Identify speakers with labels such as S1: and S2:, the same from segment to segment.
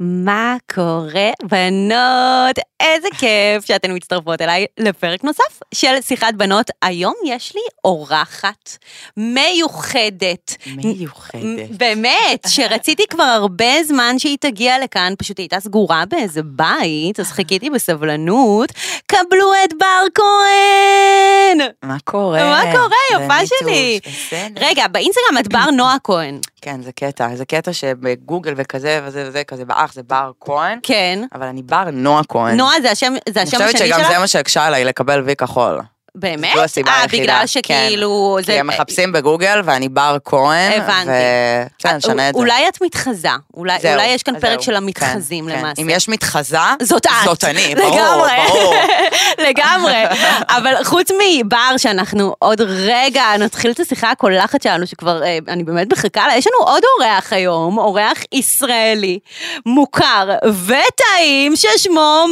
S1: מה קורה, בנות? איזה כיף שאתן מצטרפות אליי לפרק נוסף של שיחת בנות. היום יש לי אורחת מיוחדת.
S2: מיוחדת.
S1: באמת, שרציתי כבר הרבה זמן שהיא תגיע לכאן, פשוט היא הייתה סגורה באיזה בית, אז חיכיתי בסבלנות. קבלו את בר כהן!
S2: מה קורה?
S1: מה קורה, יפה
S2: במיטוש,
S1: שלי?
S2: בסדר.
S1: רגע, באינסטגרם את בר נועה כהן.
S2: כן, זה קטע, זה קטע שבגוגל וכזה וזה וזה כזה באח זה בר כהן,
S1: כן.
S2: אבל אני בר נועה כהן.
S1: נועה זה השם, זה
S2: אני
S1: השם השני
S2: חושבת
S1: שלך?
S2: שגם זה מה שהקשה עליי לקבל וי כחול.
S1: באמת?
S2: זו הסיבה
S1: אה,
S2: היחידה.
S1: בגלל
S2: כן.
S1: שכאילו... זה-
S2: כי הם מחפשים בגוגל ואני בר כהן.
S1: הבנתי. אה,
S2: ו- בסדר, נשנה את זה.
S1: אולי את מתחזה, אולי
S2: זהו,
S1: אולי יש כאן
S2: אז
S1: פרק
S2: זהו.
S1: של
S2: כן,
S1: המתחזים
S2: כן.
S1: למעשה.
S2: אם יש מתחזה,
S1: זאת את.
S2: זאת אני, ברור,
S1: לגמרי.
S2: ברור.
S1: לגמרי. אבל חוץ מבר, שאנחנו עוד רגע נתחיל את השיחה הקולחת שלנו, שכבר, אה, אני באמת מחכה לה, יש לנו עוד אורח היום, אורח ישראלי, מוכר וטעים, ששמו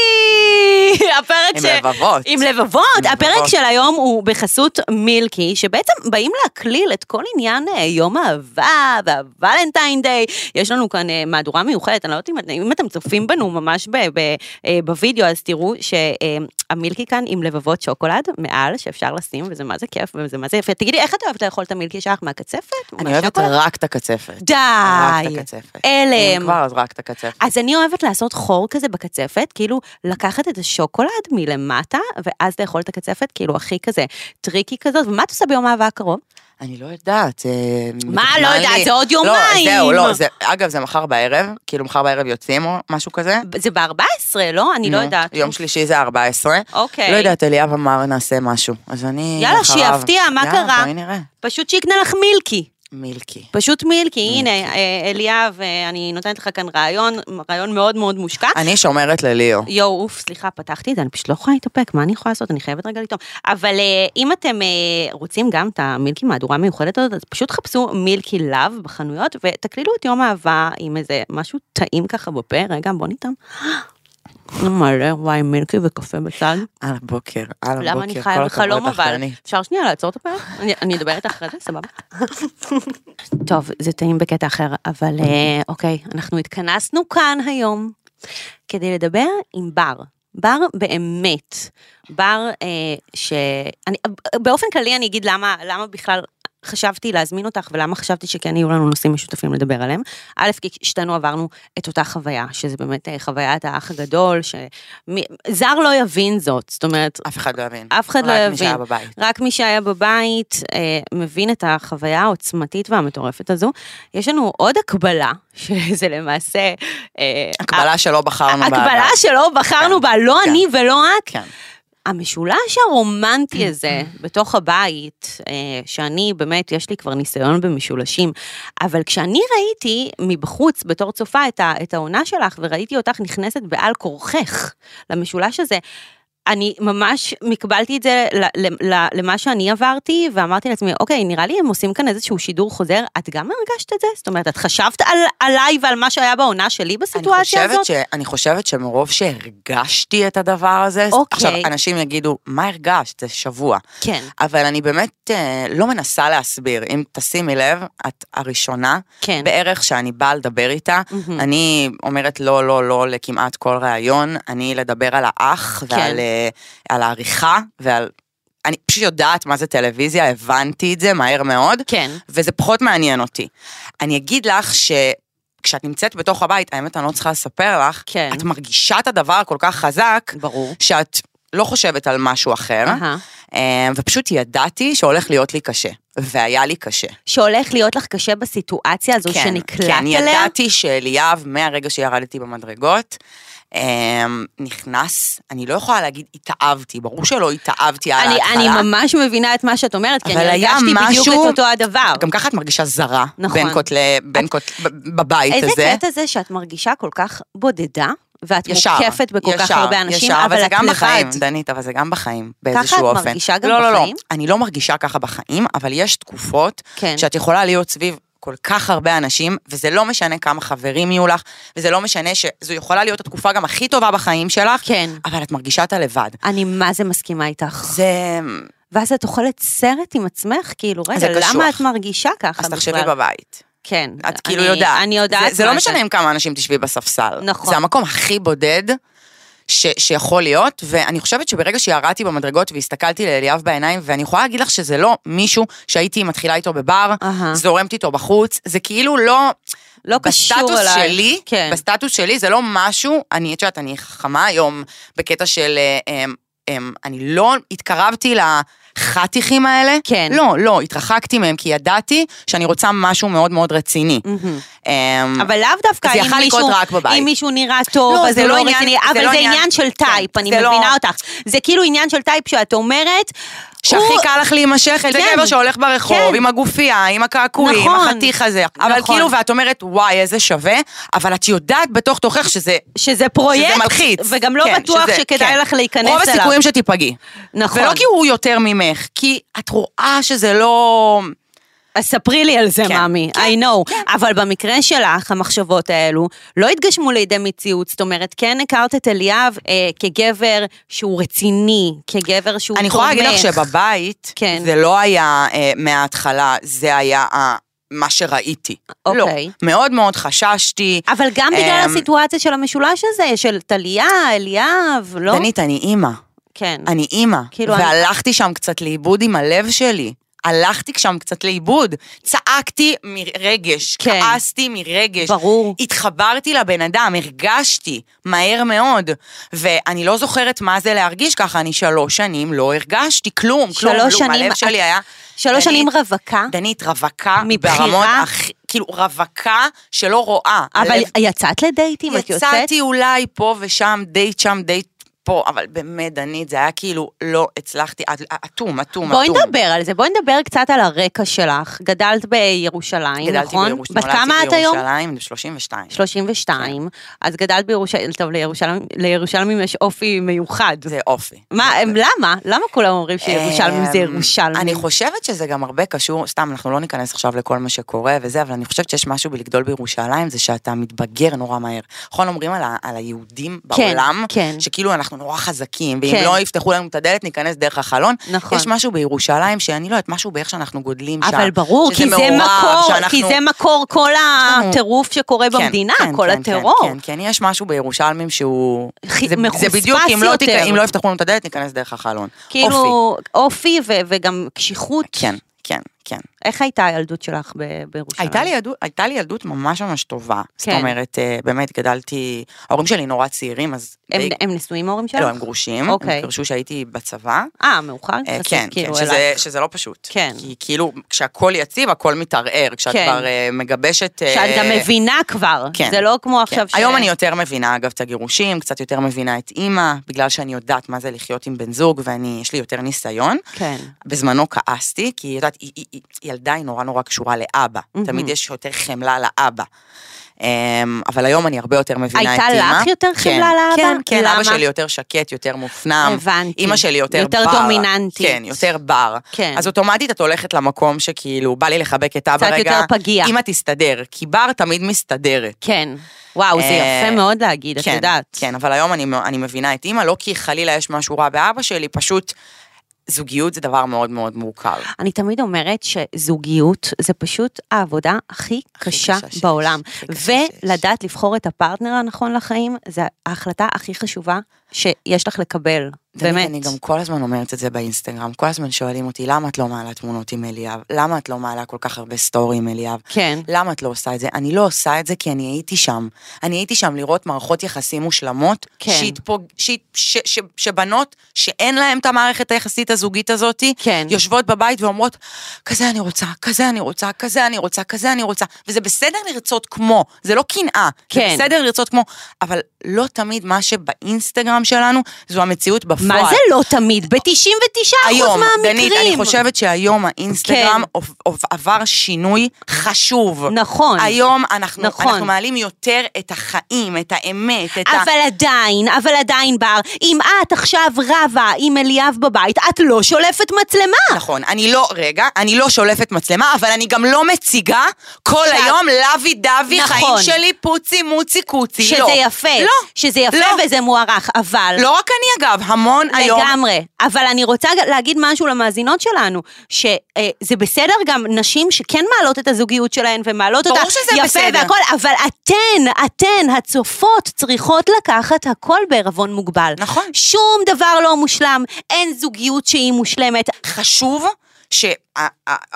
S1: מילקי! הפרק
S2: עם
S1: ש...
S2: לבבות.
S1: עם לבבות.
S2: עם
S1: הפרק
S2: לבבות.
S1: של היום הוא בחסות מילקי, שבעצם באים להקליל את כל עניין אה, יום האהבה והוולנטיין דיי. יש לנו כאן אה, מהדורה מיוחדת, אני לא יודעת אם, את- אם אתם צופים בנו ממש ב, ב, אה, בווידאו, אז תראו שהמילקי כאן עם לבבות שוקולד מעל, שאפשר לשים, וזה מה זה כיף, וזה מה זה יפה. תגידי, איך את אוהבת לאכול את המילקי שלך? מהקצפת?
S2: אני אוהבת
S1: מהשוקולד?
S2: רק את הקצפת. רק את
S1: די.
S2: הקצפת. אם
S1: הלם.
S2: כבר, אז רק את הקצפת.
S1: אז אני אוהבת לעשות חור כזה בקצפת, כאילו לקחת את השוקולד מלמטה, ואז לאכול את הקצפת, כאילו הכי כזה טריקי כזאת, ומה את עושה ביום האהבה הקרוב?
S2: אני לא יודעת. אה,
S1: מה
S2: מתוכנן
S1: לא יודעת?
S2: לי-
S1: זה עוד
S2: לא,
S1: יומיים.
S2: זהו, לא, זה, אגב, זה מחר בערב, כאילו מחר בערב יוצאים או משהו כזה.
S1: זה ב-14, לא? אני לא
S2: נו,
S1: יודעת.
S2: יום שלישי זה 14.
S1: אוקיי.
S2: לא יודעת, אליאב אמר נעשה משהו, אז אני
S1: יאללה,
S2: אחריו.
S1: שיפתיע, מה קרה?
S2: יאללה, בואי נראה.
S1: פשוט שיקנה לך מילקי.
S2: מילקי.
S1: פשוט מילקי, הנה, אה, אליאב, אה, אני נותנת לך כאן רעיון, רעיון מאוד מאוד מושקע.
S2: אני שומרת לליאו.
S1: יואו, אוף, סליחה, פתחתי את זה, אני פשוט לא יכולה להתאפק, מה אני יכולה לעשות? אני חייבת רגע לטעום. אבל אה, אם אתם אה, רוצים גם את המילקי מהדורה המיוחדת הזאת, אז פשוט חפשו מילקי לאב בחנויות, ותקלילו את יום האהבה עם איזה משהו טעים ככה בפה. רגע, בוא ניתן. מלא, וואי, מילקי וקפה בצד.
S2: על הבוקר, על הבוקר.
S1: למה אני
S2: כל
S1: חיה
S2: הכבוד
S1: בחלום
S2: לך,
S1: אבל?
S2: דני.
S1: אפשר שנייה לעצור את הפרק? אני- אני אדבר איתך אחרי זה, סבבה? טוב, זה טעים בקטע אחר, אבל אה, אוקיי, אנחנו התכנסנו כאן היום כדי לדבר עם בר. בר באמת, בר אה, ש... אני, באופן כללי אני אגיד למה, למה בכלל חשבתי להזמין אותך ולמה חשבתי שכן יהיו לנו נושאים משותפים לדבר עליהם. א', כי שתינו עברנו את אותה חוויה, שזה באמת אה, חוויית האח הגדול, שזר לא יבין זאת, זאת אומרת,
S2: אף אחד לא יבין.
S1: אף אחד לא
S2: רק מי שהיה
S1: יבין.
S2: בבית.
S1: רק מי שהיה בבית אה, מבין את החוויה העוצמתית והמטורפת הזו. יש לנו עוד הקבלה, שזה למעשה... אה,
S2: הקבלה שלא בחרנו בעבר.
S1: הקבלה שלא בחרנו
S2: כן,
S1: בה, לא
S2: כן.
S1: אני ולא את.
S2: כן.
S1: המשולש הרומנטי הזה בתוך הבית, אה, שאני באמת, יש לי כבר ניסיון במשולשים, אבל כשאני ראיתי מבחוץ בתור צופה את, ה, את העונה שלך, וראיתי אותך נכנסת בעל כורכך למשולש הזה, אני ממש מקבלתי את זה ל- ל- ל- למה שאני עברתי, ואמרתי לעצמי, אוקיי, נראה לי הם עושים כאן איזשהו שידור חוזר, את גם הרגשת את זה? זאת אומרת, את חשבת על, עליי ועל מה שהיה בעונה שלי
S2: אני
S1: בסיטואציה
S2: חושבת
S1: הזאת?
S2: ש, אני חושבת שמרוב שהרגשתי את הדבר הזה,
S1: אוקיי.
S2: עכשיו אנשים יגידו, מה הרגשת? זה שבוע.
S1: כן,
S2: אבל אני באמת אה, לא מנסה להסביר. אם תשימי לב, את הראשונה
S1: כן. Mm.
S2: בערך שאני באה לדבר איתה.
S1: מהמם.
S2: אני אומרת לא, לא, לא לכמעט כל ראיון. אני לדבר על האח
S1: כן.
S2: ועל אה, על העריכה ועל... אני פשוט יודעת מה זה טלוויזיה, הבנתי את זה מהר מאוד.
S1: כן.
S2: וזה פחות מעניין אותי. אני אגיד לך שכשאת נמצאת בתוך הבית, האמת אני לא צריכה לספר לך,
S1: כן.
S2: את מרגישה את הדבר כל כך חזק,
S1: ברור.
S2: שאת לא חושבת על משהו אחר,
S1: אהה.
S2: אה, ופשוט ידעתי שהולך להיות לי קשה, והיה לי קשה.
S1: שהולך להיות לך קשה בסיטואציה הזו שנקלעת
S2: כן,
S1: אליה?
S2: ידעתי שאליאב, מהרגע שירדתי במדרגות, אה, נכנס, אני לא יכולה להגיד התאהבתי, ברור שלא התאהבתי על
S1: אני,
S2: ההתחלה.
S1: אני ממש מבינה את מה שאת אומרת, כי
S2: אבל
S1: אני
S2: היה
S1: הרגשתי בדיוק
S2: משהו-
S1: את אותו הדבר.
S2: גם ככה את מרגישה זרה,
S1: נכון.
S2: בין כותלי, בין כות... ב- בבית
S1: איזה
S2: הזה.
S1: קטע זה שאת מרגישה כל כך בודדה, ואת
S2: ישר,
S1: מוקפת בכל כך
S2: ישר,
S1: הרבה אנשים,
S2: ישר,
S1: אבל
S2: זה
S1: את
S2: גם
S1: לבד.
S2: בחיים, דנית, אבל זה גם בחיים, באיזשהו
S1: את
S2: אופן.
S1: מרגישה גם
S2: לא, לא, לא,
S1: בחיים?
S2: אני לא מרגישה ככה בחיים, אבל יש תקופות
S1: כן.
S2: שאת יכולה להיות סביב כל כך הרבה אנשים, וזה לא משנה כמה חברים יהיו לך, וזה לא משנה שזו יכולה להיות התקופה גם הכי טובה בחיים שלך,
S1: כן.
S2: אבל את מרגישה את הלבד.
S1: אני מה זה מסכימה איתך.
S2: זה...
S1: ואז את אוכלת סרט עם עצמך, כאילו,
S2: זה
S1: רגע,
S2: קשוח.
S1: למה את מרגישה ככה בכלל?
S2: אז תחשבי בבית.
S1: כן.
S2: את כאילו
S1: אני-
S2: יודעת.
S1: אני יודעת.
S2: זה, זה
S1: מה
S2: לא
S1: זה.
S2: משנה עם כמה אנשים תשבי בספסל.
S1: נכון.
S2: זה המקום הכי בודד ש, שיכול להיות, ואני חושבת שברגע שירדתי במדרגות והסתכלתי לאליאב בעיניים, ואני יכולה להגיד לך שזה לא מישהו שהייתי מתחילה איתו בבר,
S1: אהה.
S2: זורמת איתו בחוץ, זה כאילו לא...
S1: לא קשור
S2: בסטטוס
S1: אלייך,
S2: שלי,
S1: כן.
S2: בסטטוס שלי זה לא משהו, אני, את יודעת, אני חכמה היום בקטע של... אה, אמ, אמ, אני לא התקרבתי לחתיכים האלה.
S1: כן.
S2: לא, לא, התרחקתי מהם, כי ידעתי שאני רוצה משהו מאוד מאוד רציני.
S1: מהמם.
S2: אמ,
S1: אבל לאו דווקא
S2: זה
S1: אם
S2: יכול לקרות
S1: מישהו,
S2: רק בבית.
S1: אם מישהו נראה טוב,
S2: לא,
S1: אז
S2: זה
S1: זה
S2: לא
S1: לא
S2: עניין-
S1: רציני,
S2: זה
S1: אבל
S2: לא
S1: זה
S2: עניין-
S1: עניין של
S2: כן,
S1: טייפ, אני
S2: זה לא-
S1: מבינה אותך. זה כאילו עניין של טייפ שאת אומרת,
S2: שהכי
S1: הוא-
S2: קל לך להימשך אל זה
S1: כן.
S2: גבר שהולך ברחוב,
S1: כן.
S2: עם הגופייה, עם הקעקועים,
S1: נכון.
S2: החתיך הזה. אבל
S1: נכון.
S2: כאילו, ואת אומרת, וואי, איזה שווה, אבל את יודעת בתוך תוכך שזה...
S1: שזה פרויקט,
S2: שזה מלחיץ.
S1: וגם לא
S2: כן,
S1: בטוח
S2: שזה-
S1: שכדאי
S2: כן.
S1: לך להיכנס אליו.
S2: רוב הסיכויים שתיפגעי.
S1: נכון.
S2: ולא כי הוא יותר ממך, כי את רואה שזה לא...
S1: אז ספרי לי על זה,
S2: כן,
S1: מאמי, I know. אבל במקרה שלך, המחשבות האלו לא התגשמו לידי מציאות. זאת אומרת, כן הכרת את אליאב אה, כגבר שהוא רציני, כגבר שהוא תומך.
S2: אני יכולה להגיד לך שבבית,
S1: כן.
S2: זה לא היה אה, מההתחלה, זה היה אה, מה שראיתי. לא.
S1: אוקיי.
S2: מאוד מאוד חששתי.
S1: אבל גם בגלל
S2: אמ,
S1: הסיטואציה של המשולש הזה, של טליה, אליאב, לא?
S2: דנית, אני אימא.
S1: כן.
S2: אני אימא.
S1: כאילו, אני-
S2: והלכתי שם קצת לאיבוד עם הלב שלי. הלכתי שם קצת לאיבוד. צעקתי מרגש,
S1: כן.
S2: כעסתי מרגש.
S1: ברור.
S2: התחברתי לבן אדם, הרגשתי, מהר מאוד. ואני לא זוכרת מה זה להרגיש ככה, אני שלוש שנים לא הרגשתי כלום, כלום,
S1: שלוש
S2: כלום.
S1: שנים
S2: הלב
S1: את-
S2: שלי היה...
S1: שלוש
S2: דנית,
S1: שנים רווקה,
S2: דנית רווקה,
S1: מבחירה?
S2: ברמות הכי... כאילו, רווקה שלא רואה.
S1: אבל
S2: הלב
S1: יצאת לדייטים? את יוצאת?
S2: יצאתי אולי פה ושם, דייט שם, דייט פה, אבל באמת, דנית, זה היה כאילו, לא הצלחתי, עד- אטום, אטום,
S1: בואי
S2: אטום.
S1: נדבר נכון? על זה, בואי נדבר קצת על הרקע שלך. גדלת בירושלים,
S2: גדלתי
S1: נכון?
S2: בירושלים,
S1: בת כמה
S2: נולדתי
S1: את היום?
S2: בירושלים, 32.
S1: 32. אז גדלת בירושלים, טוב, לירושלים- לירושלמים יש אופי מיוחד.
S2: זה אופי.
S1: מה, הם- למה? למה כולם אומרים שירושלמים זה
S2: אמ,
S1: ירושלמים?
S2: אני חושבת שזה גם הרבה קשור, סתם, אנחנו לא ניכנס עכשיו לכל מה שקורה וזה, אבל אני חושבת שיש משהו בלגדול בירושלים, זה שאתה מתבגר נורא מהר. נכון, אומרים על, ה, על היהודים
S1: כן,
S2: בעולם,
S1: כן.
S2: שכאילו אנחנו נורא חזקים, ואם
S1: כן.
S2: לא יפתחו לנו את הדלת, ניכנס דרך החלון.
S1: נכון.
S2: יש משהו בירושלים, שאני לא יודעת, משהו באיך שאנחנו גודלים שם.
S1: אבל ברור,
S2: שזה
S1: כי זה
S2: מעורב,
S1: מקור,
S2: שאנחנו-
S1: כי זה מקור כל
S2: לנו-
S1: הטירוף שקורה
S2: כן,
S1: במדינה,
S2: כן,
S1: כל
S2: כן, כן,
S1: הטרור.
S2: כן, כן, יש משהו בירושלמים שהוא...
S1: חי-
S2: זה- זה
S1: מחוספס
S2: בדיוק, אם לא, תיק-
S1: יותר.
S2: אם לא יפתחו לנו את הדלת, ניכנס דרך החלון. אופי.
S1: כאילו, אופי ו- וגם קשיחות.
S2: כן, כן, כן.
S1: איך הייתה הילדות שלך ב- בירושלים?
S2: הייתה לי, ילדות, הייתה לי ילדות ממש ממש טובה. כן.
S1: כן.
S2: זאת אומרת, אה, באמת גדלתי, ההורים שלי נורא צעירים, אז...
S1: הם-
S2: די-
S1: הם נשואים ההורים שלך?
S2: לא, הם גרושים.
S1: אוקיי.
S2: הם גרשו שהייתי בצבא.
S1: אה, מאוחר?
S2: אה,
S1: יחסית,
S2: כן, כן,
S1: כאילו,
S2: שזה,
S1: אלייך.
S2: שזה לא פשוט.
S1: כן.
S2: כי כאילו, כשהכול יציב, הכל מתערער. כשאת
S1: כן.
S2: כבר אה, מגבשת... אה,
S1: שאת גם מבינה כבר.
S2: כן.
S1: זה לא כמו
S2: כן.
S1: עכשיו ש...
S2: היום אני יותר מבינה, אגב, את הגירושים, קצת יותר מבינה את אימא, בגלל שאני יודעת מה זה לחיות עם בן זוג, ואני, יש לי יותר ניסיון.
S1: כן.
S2: בזמנו כעסתי, כי יודעת, היא- היא- היא- ילדה היא נורא נורא קשורה לאבא.
S1: מהמם.
S2: תמיד יש יותר חמלה לאבא. אמ, אבל היום אני הרבה יותר מבינה את
S1: הייתה
S2: אימא.
S1: לך יותר
S2: כן,
S1: חמלה לאבא?
S2: כן, כן, אבא
S1: למה?
S2: שלי יותר שקט, יותר מופנם.
S1: הבנתי.
S2: אימא שלי יותר בר.
S1: יותר דומיננטית.
S2: כן, יותר בר.
S1: כן.
S2: אז אוטומטית את הולכת למקום שכאילו, בא לי לחבק את אבא
S1: קצת
S2: רגע.
S1: יותר פגיע.
S2: אימא תסתדר, כי בר תמיד מסתדרת.
S1: כן. וואו, זה
S2: אה,
S1: יפה מאוד להגיד, את
S2: כן,
S1: יודעת.
S2: כן, אבל היום אני, אני מבינה את אימא, לא כי חלילה יש משהו רע באבא שלי, פשוט זוגיות זה דבר מאוד מאוד מורכב.
S1: אני תמיד אומרת שזוגיות זה פשוט העבודה הכי קשה
S2: קשה שיש,
S1: בעולם.
S2: הכי קשה
S1: ולדעת לבחור את הפרטנר הנכון לחיים, זה ההחלטה הכי חשובה שיש לך לקבל.
S2: תמיד
S1: באמת.
S2: אני גם כל הזמן אומרת את זה באינסטגרם, כל הזמן שואלים אותי, למה את לא מעלה תמונות עם אליאב? למה את לא מעלה כל כך הרבה סטורי עם אליאב?
S1: כן.
S2: למה את לא עושה את זה? אני לא עושה את זה כי אני הייתי שם. אני הייתי שם לראות מערכות יחסים מושלמות,
S1: כן.
S2: שהתפוג... שהת... ש... ש... שבנות שאין להן את המערכת היחסית הזוגית הזאת,
S1: כן.
S2: יושבות בבית ואומרות, כזה אני רוצה, כזה אני רוצה, כזה אני רוצה, כזה אני רוצה, וזה בסדר לרצות כמו, זה לא קנאה,
S1: כן.
S2: זה בסדר לרצות כמו, אבל לא תמיד מה שבאינסטגרם שלנו זו המציאות בפועל.
S1: מה זה לא תמיד? ב-99%
S2: היום,
S1: מהמקרים.
S2: דנית, אני חושבת שהיום האינסטגרם
S1: כן.
S2: עוב- עוב- עבר שינוי חשוב.
S1: נכון.
S2: היום אנחנו,
S1: נכון.
S2: אנחנו מעלים יותר את החיים, את האמת, את ה...
S1: אבל עדיין, אבל עדיין בר, אם את עכשיו רבה עם אליאב בבית, את לא שולפת מצלמה.
S2: נכון, אני לא, רגע, אני לא שולפת מצלמה, אבל אני גם לא מציגה כל
S1: שאת-
S2: היום לוי דווי,
S1: נכון.
S2: חיים שלי פוצי מוצי קוצי,
S1: שזה
S2: לא.
S1: יפה,
S2: לא.
S1: שזה יפה
S2: לא.
S1: וזה מוערך, אבל...
S2: לא רק אני אגב, המון היום.
S1: לגמרי. אבל אני רוצה ג- להגיד משהו למאזינות שלנו, שזה בסדר גם נשים שכן מעלות את הזוגיות שלהן ומעלות
S2: ברור
S1: אותה
S2: שזה
S1: יפה
S2: בסדר.
S1: והכל, אבל אתן, אתן, הצופות, צריכות לקחת הכל בערבון מוגבל.
S2: נכון.
S1: שום דבר לא מושלם, אין זוגיות שהיא מושלמת.
S2: חשוב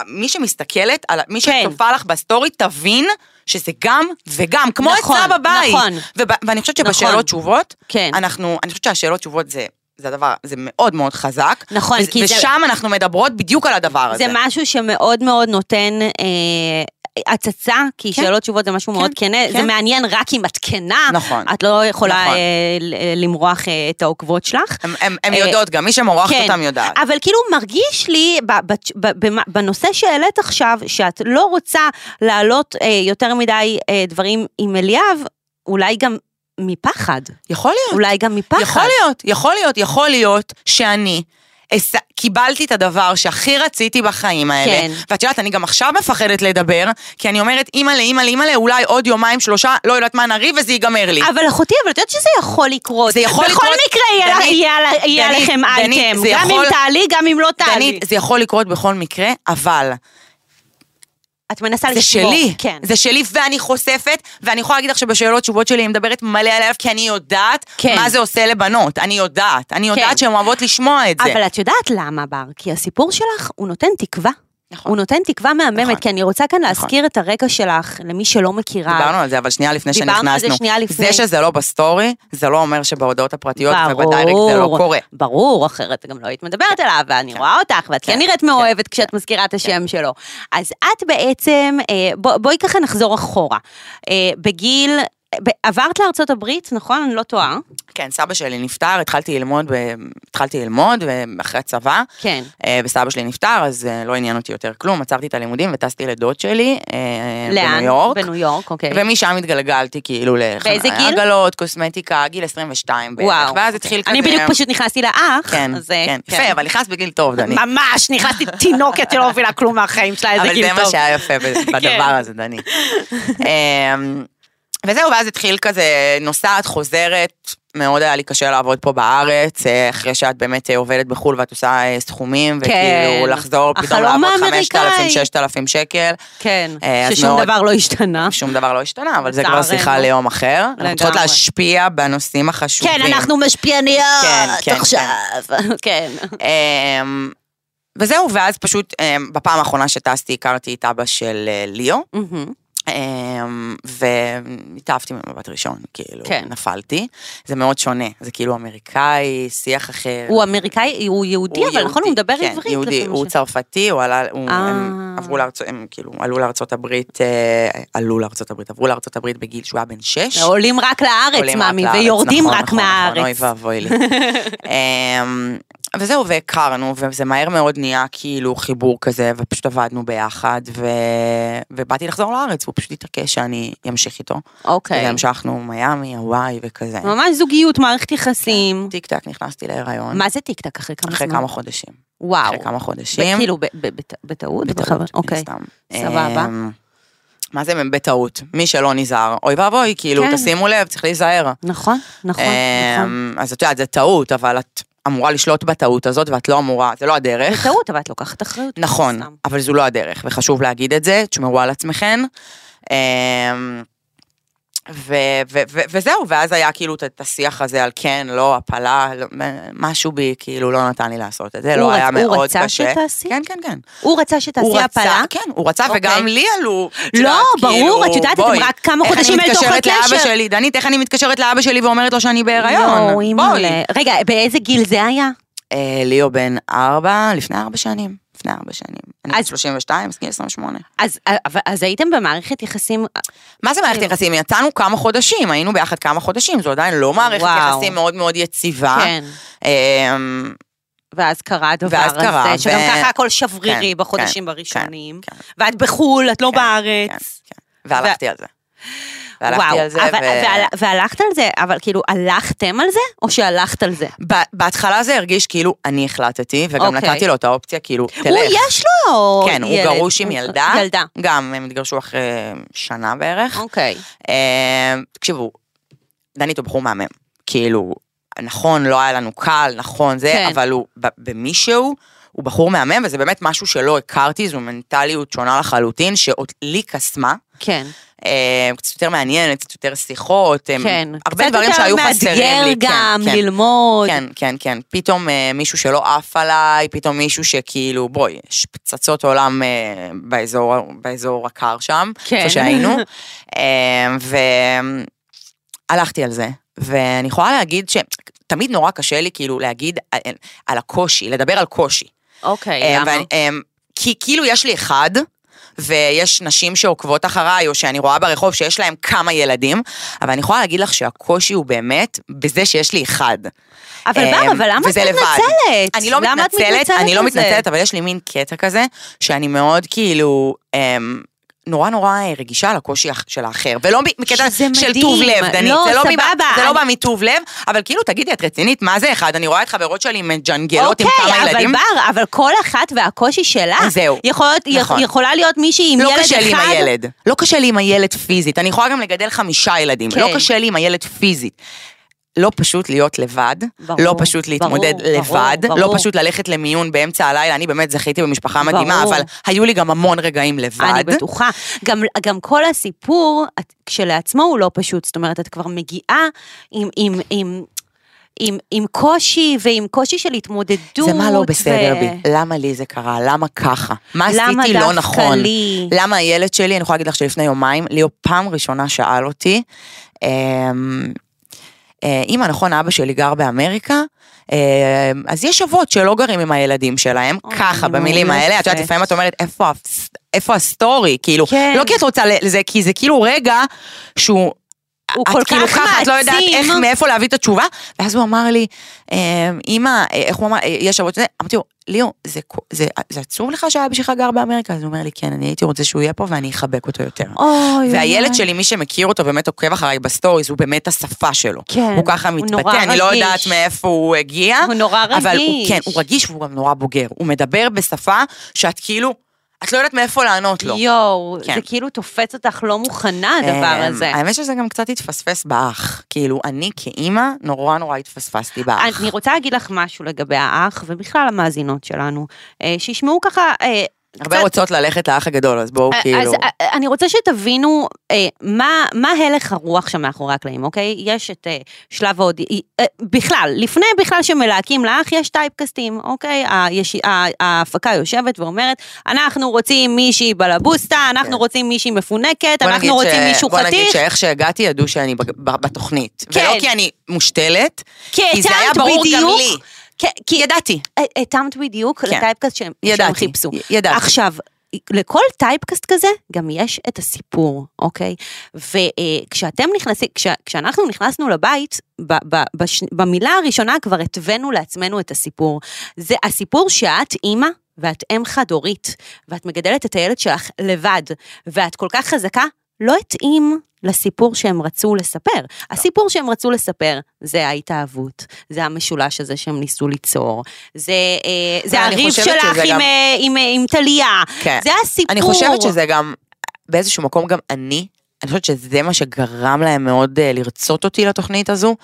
S2: שמי שמסתכלת, על- מי
S1: כן.
S2: שצופה לך בסטורי, תבין שזה גם וגם, כמו
S1: נכון,
S2: עצה בבית.
S1: נכון.
S2: וב- ואני חושבת
S1: נכון.
S2: שבשאלות תשובות,
S1: כן.
S2: אנחנו, אני חושבת שהשאלות תשובות זה... זה הדבר, זה מאוד מאוד חזק.
S1: נכון,
S2: וזה-
S1: כי זה-
S2: ושם אנחנו מדברות בדיוק על הדבר הזה.
S1: זה משהו שמאוד מאוד נותן אה, הצצה, כי
S2: כן.
S1: שאלות תשובות זה משהו מאוד כנה, זה
S2: כן.
S1: מעניין רק אם את כנה,
S2: נכון.
S1: את לא יכולה
S2: נכון.
S1: אה, ל- אה, למרוח אה, את העוקבות שלך.
S2: הם- הם- הם
S1: אה,
S2: יודעות גם, מי שמורחת אותם יודעת.
S1: אבל כאילו מרגיש לי ב- ב- ב- ב- בנושא שהעלית עכשיו, שאת לא רוצה להעלות אה, יותר מדי אה, דברים עם אליאב, אולי גם מפחד.
S2: יכול להיות.
S1: אולי גם מפחד.
S2: אה, יכול להיות, יכול להיות, יכול להיות שאני אס... קיבלתי את הדבר שהכי רציתי בחיים האלה.
S1: כן.
S2: ואת יודעת, אני גם עכשיו מפחדת לדבר, כי אני אומרת, אימא'לה, אימא'לה, אימא'לה, אולי עוד יומיים, שלושה, לא יודעת מה נריב וזה ייגמר לי.
S1: אבל אחותי, אבל את יודעת שזה יכול לקרות.
S2: זה יכול
S1: בכל
S2: לקרות-
S1: מקרה יהיה,
S2: דנית,
S1: יהיה, יהיה, יהיה
S2: דנית,
S1: לכם
S2: דנית,
S1: אייטם.
S2: זה
S1: גם
S2: יכול-
S1: אם תעלי, גם אם לא תעלי.
S2: דנית, זה יכול לקרות בכל מקרה, אבל
S1: את מנסה
S2: זה
S1: לשמור.
S2: שלי,
S1: כן.
S2: זה שלי ואני חושפת, ואני יכולה להגיד לך שבשאלות תשובות שלי אני מדברת מלא עליו, כי אני יודעת
S1: כן.
S2: מה זה עושה לבנות, אני יודעת, אני יודעת
S1: כן.
S2: שהן אוהבות לשמוע את זה.
S1: אבל את יודעת למה, בר? כי הסיפור שלך, הוא נותן תקווה.
S2: נכון.
S1: הוא נותן תקווה
S2: נכון.
S1: מהממת, כי אני רוצה כאן להזכיר את הרקע שלך, למי שלא מכירה.
S2: דיברנו על זה, אבל שנייה לפני
S1: דיברנו
S2: שנכנסנו.
S1: על זה שנייה לפני.
S2: זה שזה לא בסטורי, זה לא אומר שבהודעות הפרטיות ובדיירקט זה לא קורה. כן.
S1: ברור, אחרת גם לא היית מדברת אליו, ואני רואה אותך, ואת כן נראית מאוהבת כשאת מזכירה את השם שלו. אז את בעצם, אה, בוא- בואי ככה נחזור אחורה. אה, בגיל, ב- עברת לארצות הברית, נכון? אני לא טועה.
S2: כן, סבא שלי נפטר, התחלתי ללמוד, ב- התחלתי ללמוד אה, אחרי הצבא.
S1: כן.
S2: אה, וסבא שלי נפטר, אז אה, לא עניין אותי יותר כלום, עצרתי את הלימודים וטסתי לדוד שלי, אה,
S1: לאן?
S2: בניו יורק.
S1: בניו יורק, אוקיי.
S2: ומשם התגלגלתי כאילו
S1: באיזה גיל?
S2: עגלות, קוסמטיקה, גיל 22 בערך.
S1: וואו. אוקיי.
S2: ואז התחיל כזה...
S1: אני בדיוק פשוט נכנסתי לאח.
S2: כן,
S1: אז, אה,
S2: כן. יפה, אבל נכנסת בגיל טוב, דני.
S1: ממש, נכנסתי תינוקת שלא הובילה כלום מהחיים שלה, איזה
S2: אבל
S1: גיל
S2: זה
S1: כאילו טוב.
S2: מה שהיה יפה ב-
S1: כן.
S2: בדבר הזה, דני. אמ, וזהו, ואז התחיל כזה, נוסעת, חוזרת, מאוד היה לי קשה לעבוד פה בארץ, אה, אחרי שאת באמת אה, עובדת בחו"ל ואת עושה אה,
S1: כן.
S2: סכומים, וכאילו לחזור, פתאום
S1: החלום
S2: לעבוד
S1: האמריקאי.
S2: 5,000, 6,000 שקל,
S1: כן,
S2: אה, אז
S1: ששום
S2: מאוד-
S1: דבר לא השתנה.
S2: שום דבר לא השתנה, אבל זה כבר
S1: לצערנו.
S2: שיחה ליום אחר.
S1: לגמרי.
S2: אנחנו צריכות להשפיע בנושאים החשובים.
S1: כן, אנחנו משפיעניות
S2: כן, כן, כן.
S1: עכשיו. כן.
S2: אמ, וזהו, ואז פשוט, אמ, בפעם האחרונה שטסתי, הכרתי את אבא של אה, ליאו.
S1: מהמם.
S2: אמ, והתאהבתי ממבט ראשון, כאילו,
S1: כן.
S2: כן. נפלתי. זה מאוד שונה, זה כאילו אמריקאי, שיח אחר.
S1: הוא אמריקאי, הוא יהודי,
S2: הוא
S1: אבל נכון, הוא מדבר
S2: כן,
S1: עברית.
S2: יהודי,
S1: לפי מה
S2: הוא
S1: ש-
S2: צרפתי, הוא עלה, הוא,
S1: אה.
S2: הם עברו לארצות, הם כאילו עלו לארצות הברית, אה, עלו לארצות הברית, עברו לארצות הברית בגיל שהוא היה בן שש.
S1: לא, עולים רק לארץ,
S2: עולים רק
S1: מאמי,
S2: לארץ,
S1: ויורדים
S2: נכון,
S1: רק
S2: נכון, נכון, אוי
S1: מהארץ.
S2: ואבוי לי. אמ, וזהו, והכרנו, וזה מהר מאוד נהיה כאילו חיבור כזה, ופשוט עבדנו ביחד, ו... ובאתי לחזור לארץ, והוא פשוט התעקש שאני אמשיך איתו.
S1: אוקיי.
S2: והמשכנו מיאמי, הוואי וכזה.
S1: ממש זוגיות, מערכת יחסים.
S2: טיק טק נכנסתי להיריון.
S1: מה זה טיקטק אחרי כמה
S2: כן, נכון. אחרי
S1: זמן?
S2: כמה חודשים.
S1: וואו.
S2: אחרי כמה חודשים.
S1: כאילו, ב- ב- בת- בטעות? בכוונה?
S2: מן
S1: אוקיי.
S2: הסתם.
S1: סבבה.
S2: אמ, מה זה בטעות? מי שלא נזהר, אוי ואבוי, כאילו,
S1: כן.
S2: תשימו לב, צריך להיזהר.
S1: נכון, נכון, נכון.
S2: אמ, אז את יודעת, זה טעות, אבל את אמורה לשלוט בטעות הזאת, ואת לא אמורה, זה לא הדרך.
S1: נכון. בטעות, אבל את לוקחת אחריות. מן
S2: נכון,
S1: הסתם.
S2: אבל זו לא הדרך, וחשוב להגיד את זה, תשמרו על עצמכן. אמ, ו- ו- ו- וזהו, ואז היה כאילו את- את השיח הזה על כן, לא, הפלה, לא, משהו בי כאילו לא נתן לי לעשות את זה,
S1: הוא
S2: לא
S1: רצ-
S2: היה
S1: הוא
S2: מאוד
S1: רצה
S2: קשה.
S1: שתעשי?
S2: כן, כן, כן.
S1: הוא רצה
S2: הוא
S1: שתעשי
S2: רצה-
S1: הפלה?
S2: כן, הוא רצה,
S1: אוקיי.
S2: וגם לי עלו. את
S1: לא,
S2: יודעת,
S1: ברור,
S2: כאילו,
S1: את יודעת, אתם
S2: בואי,
S1: רק כמה חודשים אל תוך
S2: איך אני מתקשרת לאבא
S1: הקשר.
S2: שלי, דנית, איך אני מתקשרת לאבא שלי ואומרת לו שאני בהיריון?
S1: לא, אימא'לה. רגע, באיזה גיל זה היה?
S2: אה, ליאו בן ארבע, לפני ארבע שנים. לפני ארבע שנים. אני
S1: אז-
S2: בת 32, אז גיל 28.
S1: אז, אבל- אז הייתם במערכת יחסים,
S2: מה זה
S1: כאילו-
S2: מערכת יחסים? יצאנו כמה חודשים, היינו ביחד כמה חודשים, זו עדיין לא מערכת
S1: וואו.
S2: יחסים מאוד מאוד יציבה.
S1: כן,
S2: אמ,
S1: ואז קרה הדבר
S2: ואז קרה,
S1: הזה,
S2: ו-
S1: שגם ככה הכל שברירי
S2: כן,
S1: בחודשים
S2: כן,
S1: הראשונים,
S2: כן,
S1: ואת בחו"ל, את לא
S2: כן, כן,
S1: בארץ.
S2: כן. והלכתי על זה. והלכתי
S1: וואו,
S2: על זה,
S1: אבל-
S2: ו-
S1: והל- והלכת על זה, אבל כאילו, הלכתם על זה, או שהלכת על זה?
S2: ב- בהתחלה זה הרגיש כאילו אני החלטתי, וגם
S1: אוקיי.
S2: נתתי לו את האופציה, כאילו, תלך.
S1: הוא, יש לו
S2: כן, הוא
S1: ילד.
S2: גרוש עם ילדה.
S1: ילדה,
S2: גם, הם התגרשו אחרי שנה בערך.
S1: אוקיי.
S2: אה, תקשיבו, דנית הוא בחור מהמם. כאילו, נכון, לא היה לנו קל, נכון זה,
S1: כן.
S2: כן. אבל הוא, ב- במישהו, הוא בחור מהמם, וזה באמת משהו שלא הכרתי, זו מנטליות שונה לחלוטין, שעוד לי קסמה.
S1: כן.
S2: אה, קצת יותר מעניינת, קצת יותר שיחות, אה,
S1: כן.
S2: הרבה דברים שהיו חסרים לי.
S1: קצת יותר מאתגר גם
S2: כן, כן.
S1: ללמוד.
S2: כן, כן, כן. פתאום אה, מישהו שלא עף עליי, פתאום מישהו שכאילו, בואי, יש פצצות עולם אה, באזור, באזור הקר שם,
S1: כן.
S2: איפה שהיינו. אה, והלכתי על זה, ואני יכולה להגיד שתמיד נורא קשה לי כאילו להגיד על, על הקושי, לדבר על קושי.
S1: אוקיי,
S2: אה,
S1: למה?
S2: ואני- אה, כי כאילו יש לי אחד. ויש נשים שעוקבות אחריי, או שאני רואה ברחוב שיש להם כמה ילדים, אבל אני יכולה להגיד לך שהקושי הוא באמת בזה שיש לי אחד.
S1: אבל
S2: אה,
S1: בר, אבל למה את
S2: וזה לבד.
S1: מתנצלת?
S2: אני לא
S1: למה את
S2: מתנצלת, אני לא
S1: על זה?
S2: מתנצלת, אבל יש לי מין קטע כזה, שאני מאוד כאילו... אמ, נורא נורא אה, רגישה לקושי האח- של האחר, ולא ב- מקטע
S1: שזה
S2: של
S1: מדהים.
S2: טוב לב, דנית,
S1: לא,
S2: זה, לא ממה-
S1: סבבה,
S2: זה לא
S1: אני-
S2: בא מטוב לב, אבל כאילו תגידי, את רצינית, מה זה אחד? אני רואה את חברות שלי מג'נגלות עם כמה
S1: אוקיי, אבל
S2: ילדים.
S1: בר, אבל כל אחת והקושי שלה.
S2: אז זהו,
S1: יכול להיות- יכ-
S2: נכון.
S1: יכולה להיות מישהי עם
S2: לא
S1: ילד
S2: קשה לי עם
S1: אחד.
S2: הילד, לא קשה לי עם הילד פיזית, אני יכולה גם לגדל חמישה ילדים,
S1: כן.
S2: לא קשה לי עם הילד פיזית. לא פשוט להיות לבד,
S1: ברור,
S2: לא פשוט להתמודד
S1: ברור,
S2: לבד,
S1: ברור,
S2: לא
S1: ברור.
S2: פשוט ללכת למיון באמצע הלילה, אני באמת זכיתי במשפחה מדהימה,
S1: ברור.
S2: אבל היו לי גם המון רגעים לבד.
S1: אני בטוחה. גם, גם כל הסיפור את- כשלעצמו הוא לא פשוט, זאת אומרת, את כבר מגיעה עם, עם, עם, עם, עם קושי ועם קושי של התמודדות.
S2: זה מה לא בסדר
S1: ו-
S2: בי, למה לי זה קרה, למה ככה, מה
S1: למה
S2: עשיתי לא
S1: דווקא
S2: נכון,
S1: לי?
S2: למה הילד שלי, אני יכולה להגיד לך שלפני יומיים, ליאו פעם ראשונה שאל אותי, אמ, אה, אימא, נכון, אבא שלי גר באמריקה, אמ, אז יש אבות שלא גרים עם הילדים שלהם,
S1: אוי,
S2: ככה,
S1: נו,
S2: במילים
S1: יפה.
S2: האלה, את יודעת, לפעמים את אומרת, "איפה ה- איפה הסטורי, כאילו,
S1: כן.
S2: לא כי את רוצה לזה, כי זה כאילו רגע שהוא...
S1: הוא
S2: את
S1: כל
S2: כאילו
S1: כך
S2: ככה, את לא יודעת
S1: מעצים.
S2: איך, מאיפה להביא את התשובה. ואז הוא אמר לי, "אמ, אמא, אה, איך הוא אמר, אה, יש אבות שזה, אמרתי לו, ליאו, זה, כו- זה, זה עצוב לך שאבא שלך גר באמריקה? אז הוא אומר לי, כן, אני הייתי רוצה שהוא יהיה פה ואני אחבק אותו יותר.
S1: אוי,
S2: והילד
S1: אוי.
S2: שלי, מי שמכיר אותו, באמת עוקב אחריי בסטוריז, הוא באמת השפה שלו.
S1: כן,
S2: הוא ככה
S1: הוא
S2: מתבטא,
S1: נורא
S2: אני לא
S1: רגיש.
S2: יודעת מאיפה הוא הגיע.
S1: הוא נורא רגיש.
S2: אבל הוא, כן, הוא רגיש והוא גם נורא בוגר. הוא מדבר בשפה שאת כאילו, את לא יודעת מאיפה לענות לו.
S1: יואו,
S2: כן.
S1: זה כאילו תופס אותך לא מוכנה, הדבר
S2: אמ,
S1: הזה.
S2: האמת שזה גם קצת התפספס באח. כאילו, אני כאימא, נורא נורא התפספסתי באח.
S1: אני רוצה להגיד לך משהו לגבי האח, ובכלל המאזינות שלנו, אה, שישמעו ככה... אה,
S2: הרבה
S1: קצת-
S2: רוצות ללכת לאח הגדול, אז בואו
S1: אז
S2: כאילו...
S1: אה, אני רוצה שתבינו אה, מה, מה הלך הרוח שמאחורי הקלעים, אוקיי? יש את אה, שלב ההוד... אה, בכלל, לפני בכלל שמלהקים לאח, יש טייפקסטים, אוקיי? היש... ה- ההפקה יושבת ואומרת, אנחנו רוצים מישהי בלבוסטה, אנחנו
S2: כן.
S1: רוצים מישהי מפונקת,
S2: בוא נגיד
S1: אנחנו רוצים מישהו
S2: בוא נגיד
S1: חתיך.
S2: שאיך שהגעתי ידעו שאני בג- ב- בתוכנית.
S1: כן.
S2: ולא כי אני מושתלת,
S1: כי
S2: כי זה היה
S1: התאמת
S2: ברור גם
S1: בדיוק-
S2: לי.
S1: כי- כי
S2: ידעתי.
S1: אה, התאמת בדיוק
S2: כן.
S1: לטייפקאסט שהם שהם
S2: ידעתי,
S1: חיפשו.
S2: י- ידעתי.
S1: עכשיו, לכל טייפקאסט כזה גם יש את הסיפור, אוקיי? וכשאתם נכנסים, כש- כשאנחנו נכנסנו לבית, ב- ב- בש- במילה הראשונה כבר התווינו לעצמנו את הסיפור. זה הסיפור שאת אימא. ואת אם חד-הורית, ואת מגדלת את הילד שלך לבד, ואת כל כך חזקה, לא התאים לסיפור שהם רצו לספר. הסיפור שהם רצו לספר זה ההתאהבות, זה המשולש הזה שהם ניסו ליצור, זה, אה, זה
S2: אני
S1: הריב
S2: חושבת
S1: שלך
S2: שזה
S1: עם,
S2: גם-
S1: אה, עם, אה, עם טליה,
S2: כן.
S1: זה הסיפור.
S2: אני חושבת שזה גם, באיזשהו מקום גם אני, אני חושבת שזה מה שגרם להם מאוד אה, לרצות אותי לתוכנית הזו,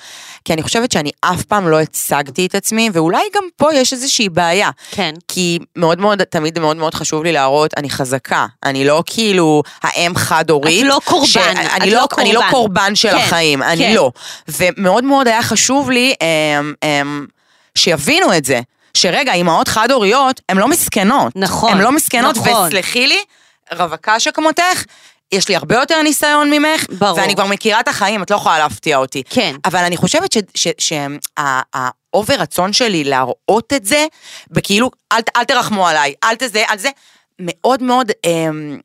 S2: כי אני חושבת שאני אף פעם לא הצגתי את עצמי, ואולי גם פה יש איזושהי בעיה.
S1: כן,
S2: כי מאוד מאוד, תמיד מאוד מאוד חשוב לי להראות, אני חזקה. אני לא כאילו האם חד-הורית.
S1: את לא קורבן, את
S2: אני
S1: לא
S2: אני לא
S1: קורבן.
S2: קורבן של
S1: כן,
S2: החיים,
S1: כן.
S2: אני לא. ומאוד מאוד היה חשוב לי אמ, אמ, שיבינו את זה. שרגע, אימהות חד-הוריות, הן לא מסכנות.
S1: נכון,
S2: הן לא מסכנות,
S1: נכון.
S2: וסלחי לי, רווקה שכמותך, יש לי הרבה יותר ניסיון ממך,
S1: ברור.
S2: ואני כבר מכירה את החיים, את לא יכולה להפתיע אותי.
S1: כן.
S2: אבל אני חושבת שהאובר רצון שלי להראות את זה, בכאילו, אל, ת- אל תרחמו עליי, אל תזה, אל זה, מאוד מאוד אמ,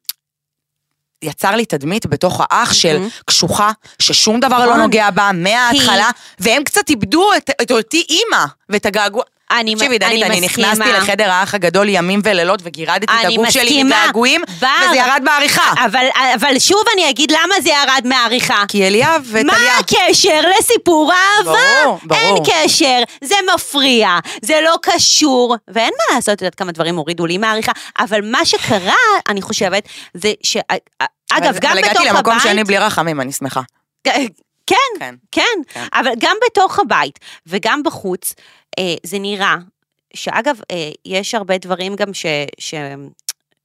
S2: יצר לי תדמית בתוך האח של
S1: מהמם.
S2: קשוחה, ששום דבר לא
S1: נכון.
S2: נוגע בה מההתחלה, והם קצת איבדו את, את אותי אימא ואת הגעגוע.
S1: אני,
S2: תקשיבי,
S1: אני
S2: דנית, אני
S1: מסכימה.
S2: נכנסתי לחדר האח הגדול ימים ולילות וגירדתי את
S1: אני
S2: הגוף שלי
S1: מסכימה.
S2: מגעגועים,
S1: בר.
S2: וזה ירד בעריכה.
S1: אבל, אבל שוב אני אגיד למה זה ירד מהעריכה.
S2: כי אליאב
S1: מה
S2: כן, וטליה...
S1: הקשר לסיפור האהבה?
S2: ברור, ברור.
S1: אין קשר, זה מפריע, זה לא קשור, ואין מה לעשות, את יודעת כמה דברים הורידו לי מהעריכה, אבל מה שקרה, אני חושבת, זה ש... אה, אגב,
S2: אבל-
S1: גם
S2: אבל
S1: בתוך הבית...
S2: הגעתי למקום שאני בלי רחמים, אני שמחה.
S1: כן,
S2: כן.
S1: כן,
S2: כן.
S1: אבל גם בתוך הבית וגם בחוץ, אה, זה נראה, שאגב, אה, יש הרבה דברים גם ש... ש...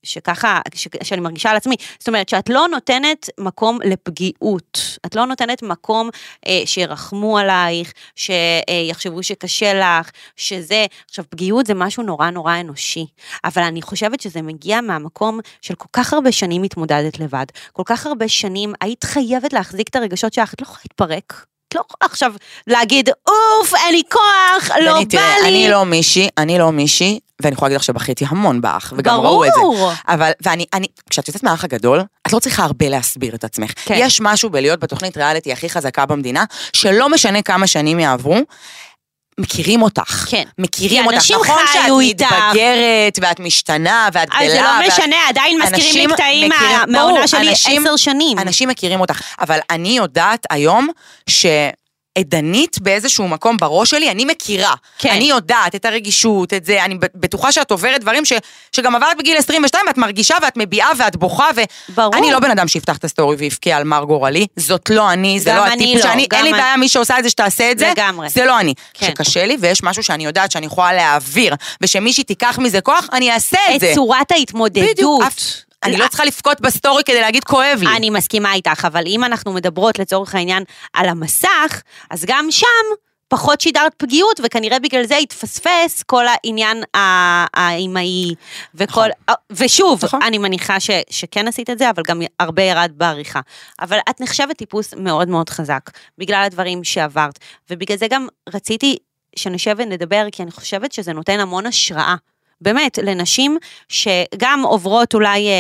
S1: שככה, ש, שאני מרגישה על עצמי, זאת אומרת שאת לא נותנת מקום לפגיעות, את לא נותנת מקום אה, שירחמו עלייך, שיחשבו שקשה לך, שזה, עכשיו פגיעות זה משהו נורא נורא אנושי, אבל אני חושבת שזה מגיע מהמקום של כל כך הרבה שנים התמודדת לבד, כל כך הרבה שנים היית חייבת להחזיק את הרגשות שלך, את לא יכולה להתפרק. את לא יכולה עכשיו להגיד, אוף, אין לי כוח, לא
S2: דני,
S1: בא
S2: תראה,
S1: לי.
S2: אני לא מישהי, אני לא מישהי, ואני יכולה להגיד לך שבכיתי המון באח, וגם
S1: ברור.
S2: ראו את זה. אבל, ואני, אני, כשאת יוצאת מהאח הגדול, את לא צריכה הרבה להסביר את עצמך.
S1: כן.
S2: כן. יש משהו בלהיות בתוכנית ריאליטי הכי חזקה במדינה, שלא משנה כמה שנים יעברו, מכירים אותך.
S1: כן.
S2: מכירים
S1: כי
S2: אותך.
S1: אנשים
S2: נכון שאת
S1: חיו איתך.
S2: מתבגרת, ואת משתנה, ואת גדלה,
S1: אז זה לא
S2: ואת-
S1: משנה, עדיין מזכירים
S2: אנשים
S1: לי קטעים
S2: מכירים-
S1: מה- מהעונה
S2: ברור,
S1: שלי
S2: אנשים-
S1: עשר שנים.
S2: אנשים מכירים אותך. אבל אני יודעת היום ש... עדנית באיזשהו מקום בראש שלי, אני מכירה.
S1: כן.
S2: אני יודעת את הרגישות, את זה, אני ב- בטוחה שאת עוברת דברים ש, שגם עברת בגיל 22, ואת מרגישה ואת מביעה ואת בוכה, ו...
S1: ברור.
S2: אני לא בן אדם שיפתח את הסטורי ויבכה על מר גורלי, זאת לא אני, זה
S1: גם
S2: לא
S1: אני
S2: הטיפ
S1: לא,
S2: שאני,
S1: גם
S2: אין לי
S1: אני-
S2: בעיה מי שעושה את זה שתעשה את זה,
S1: לגמרי.
S2: זה לא אני.
S1: כן.
S2: שקשה לי ויש משהו שאני יודעת שאני יכולה להעביר, ושמישהי תיקח מזה כוח, אני אעשה את
S1: את
S2: זה.
S1: צורת
S2: בדיוק,
S1: ההתמודדות.
S2: אף- אני לא צריכה לבכות בסטורי כדי להגיד כואב לי.
S1: אני מסכימה איתך, אבל אם אנחנו מדברות לצורך העניין על המסך, אז גם שם פחות שידרת פגיעות, וכנראה בגלל זה התפספס כל העניין ה- האימהי, וכל... אה, ושוב,
S2: נכון.
S1: אני מניחה ש- שכן עשית את זה, אבל גם הרבה ירד בעריכה. אבל את נחשבת טיפוס מאוד מאוד חזק, בגלל הדברים שעברת, ובגלל זה גם רציתי שנשב ונדבר, כי אני חושבת שזה נותן המון השראה. באמת, לנשים שגם עוברות אולי אה, אה,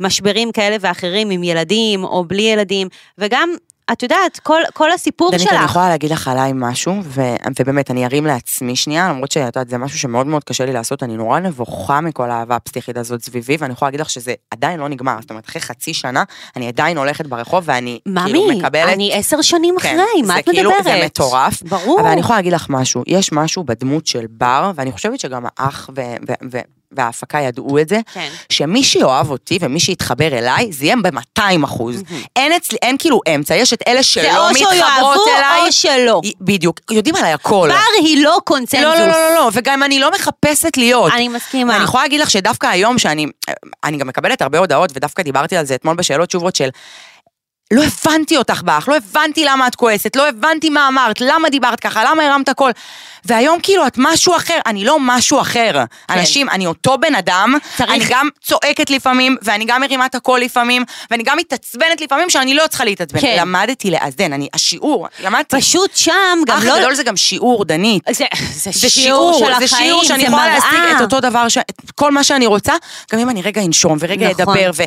S1: משברים כאלה ואחרים עם ילדים או בלי ילדים, וגם, את יודעת, כל, כל הסיפור
S2: דנית, אני
S1: שלך.
S2: יכולה להגיד לך עליי משהו, ו- ובאמת, אני ארים לעצמי שנייה, למרות שאת יודעת, זה משהו שמאוד מאוד קשה לי לעשות, אני נורא נבוכה מכל האהבה הפסיכית הזאת סביבי, ואני יכולה להגיד לך שזה עדיין לא נגמר, זאת אומרת, אחרי חצי שנה, אני עדיין הולכת ברחוב, ואני כאילו
S1: ממי,
S2: מקבלת...
S1: אני עשר שנים
S2: כן,
S1: אחרי, מה
S2: זה
S1: את
S2: כאילו-
S1: מדברת?
S2: זה מטורף.
S1: ברור.
S2: אבל אני יכולה להגיד לך משהו, יש משהו בדמות של בר, ואני חושבת שגם האח ו- ו- ו- וההפקה ידעו את זה,
S1: כן.
S2: שמי שיאהב אותי ומי שיתחבר אליי, זה יהיה ב-200 אחוז. אין אצלי, אין כאילו אמצע, יש את אלה שלא
S1: זה או
S2: מתחברות אליי.
S1: שיאהבו או שלא.
S2: י- בדיוק, יודעים עליי הכל.
S1: בר היא לא
S2: לא,
S1: קונצנזוס.
S2: לא, לא, לא, לא, וגם אני לא מחפשת להיות.
S1: אני מסכימה.
S2: אני יכולה להגיד לך שדווקא היום שאני, אני גם מקבלת הרבה הודעות, ודווקא דיברתי על זה אתמול בשאלות תשובות של, לא הבנתי אותך באך, לא הבנתי למה את כועסת, לא הבנתי מה אמרת, למה דיברת ככה, למה הרמת קול. והיום כאילו את משהו אחר, אני לא משהו אחר. אנשים, אני אותו בן אדם,
S1: כן. צריך-
S2: אני גם צועקת לפעמים, ואני גם מרימה את הקול לפעמים, ואני גם מתעצבנת לפעמים שאני לא צריכה להתעצבן.
S1: כן.
S2: למדתי לאזן, אני, השיעור, למדתי.
S1: פשוט שם, גם
S2: אח
S1: לא...
S2: גדול זה גם שיעור, דנית.
S1: זה, זה,
S2: זה
S1: שיעור, של
S2: זה
S1: החיים,
S2: שיעור שאני
S1: זה
S2: יכולה
S1: מראה.
S2: להשיג את אותו דבר, ש... את כל מה שאני רוצה, גם אם אני רגע אנשום ורגע
S1: נכון.
S2: אדבר, ו...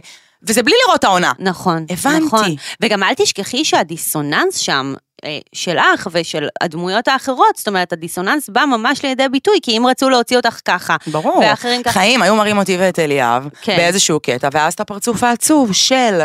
S2: וזה בלי לראות העונה.
S1: נכון.
S2: הבנתי.
S1: נכון. וגם אל תשכחי שהדיסוננס שם, אה, שלך ושל הדמויות האחרות, זאת אומרת, הדיסוננס בא ממש לידי ביטוי, כי אם רצו להוציא אותך ככה,
S2: ברור.
S1: ואחרים ככה,
S2: חיים, היו מראים אותי ואת אליאב,
S1: כן.
S2: באיזשהו קטע, ואז את הפרצוף העצוב של...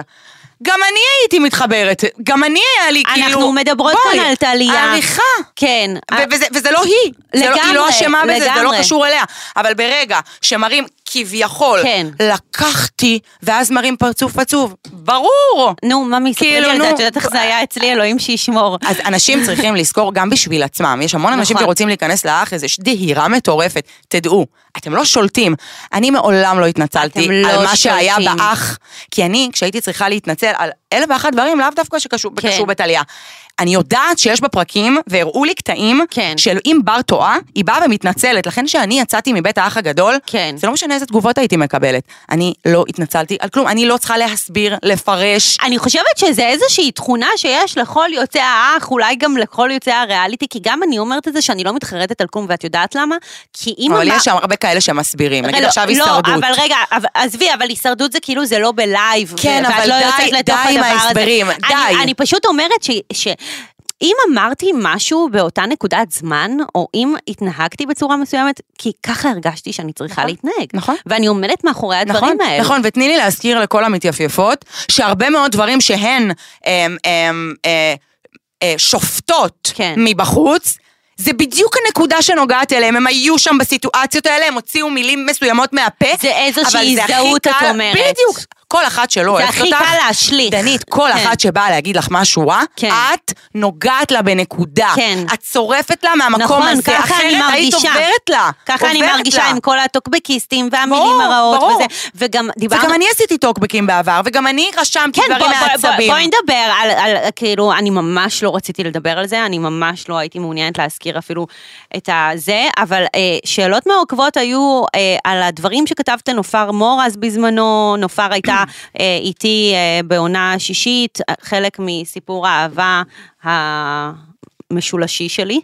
S2: גם אני הייתי מתחברת, גם אני היה לי
S1: אנחנו
S2: כאילו...
S1: מדברות
S2: בואי,
S1: כאן על טליה.
S2: העריכה.
S1: כן.
S2: ו- וזה, וזה לא היא, זה לא, היא
S1: לגמרי,
S2: לא אשמה בזה, זה לא
S1: לגמרי.
S2: קשור אליה. אבל ברגע שמראים כביכול,
S1: כן.
S2: לקחתי, ואז מראים פרצוף עצוב, ברור.
S1: נו, ממי, ספרי לי
S2: כאילו,
S1: על זה,
S2: נו.
S1: את יודעת איך זה היה אצלי, אלוהים שישמור.
S2: אז אנשים צריכים לזכור גם בשביל עצמם. יש המון אנשים
S1: נכון.
S2: שרוצים להיכנס לאח, איזו דהירה מטורפת. תדעו, אתם לא שולטים. אני מעולם לא התנצלתי
S1: אתם לא
S2: על מה שהיה
S1: שולטים.
S2: באח, כי אני, כשהייתי צריכה להתנצל על אלף ואחת דברים, לאו דווקא שקשור
S1: כן.
S2: בקשור בטליה. אני יודעת שיש בפרקים, והראו לי קטעים,
S1: כן.
S2: של אם בר טועה, היא באה ומתנצלת. לכן כשאני יצאתי מבית האח הגדול,
S1: כן.
S2: זה לא משנה איזה תגובות הייתי מקבלת. אני לא התנצלתי על כלום, אני לא צריכה להסביר, לפרש.
S1: אני חושבת שזה איזושהי תכונה שיש לכל יוצאי האח, אולי גם לכל יוצאי הריאליטי, כי גם אני אומרת את זה שאני לא מתחרטת על כלום, ואת יודעת למה? כי אם...
S2: אבל
S1: אמר-
S2: יש שם הרבה כאלה שמסבירים, נגיד
S1: לא,
S2: עכשיו הישרדות.
S1: לא, אבל רגע, אבל- עזבי, אבל הישרדות זה כאילו זה לא בלייב.
S2: כן,
S1: ואת
S2: אבל
S1: לא
S2: די-
S1: יוצאת לתוך
S2: די עם
S1: הדבר הזה.
S2: ההסברים,
S1: אני-
S2: די.
S1: אני פשוט אומרת ש... ש- אם אמרתי משהו באותה נקודת זמן, או אם התנהגתי בצורה מסוימת, כי ככה הרגשתי שאני צריכה להתנהג.
S2: נכון.
S1: ואני עומדת מאחורי
S2: נכון,
S1: הדברים האלה.
S2: נכון, ותני לי להזכיר לכל המתייפייפות, שהרבה מאוד דברים שהן הם, הם, אה, אה, שופטות
S1: כן.
S2: מבחוץ, זה בדיוק הנקודה שנוגעת אליהם, הם היו שם בסיטואציות האלה, הם הוציאו מילים מסוימות מהפה.
S1: זה איזושהי
S2: אבל זה הכי
S1: הזדהות, את
S2: קל-
S1: אומרת.
S2: בדיוק. כל אחת שלא
S1: זה
S2: אוהבת אותך,
S1: הכי קל להשליך.
S2: דנית, כל
S1: כן.
S2: אחת שבאה להגיד לך משהו רע,
S1: כן.
S2: את נוגעת לה בנקודה.
S1: כן.
S2: את צורפת לה מהמקום
S1: נכון,
S2: הזה,
S1: ככה אני
S2: אחרת היית
S1: מרגישה.
S2: עוברת לה.
S1: ככה אני
S2: עוברת
S1: מרגישה
S2: לה.
S1: עם כל הטוקבקיסטים והמילים
S2: ברור,
S1: הרעות
S2: ברור.
S1: וזה. וגם דיברנו...
S2: וגם אני עשיתי טוקבקים בעבר, וגם אני רשמתי
S1: כן,
S2: דברים
S1: בוא- בוא- בוא-
S2: מעצבים.
S1: בואי נדבר על, על, כאילו, אני ממש לא רציתי לדבר על זה, אני ממש לא הייתי מעוניינת להזכיר אפילו את הזה, אבל אה, שאלות מעוקבות היו אה, על הדברים שכתבת לנופר מור אז בזמנו, נופר הייתה אה, איתי אה, בעונה השישית, אה, חלק מסיפור האהבה ה... משולשי שלי.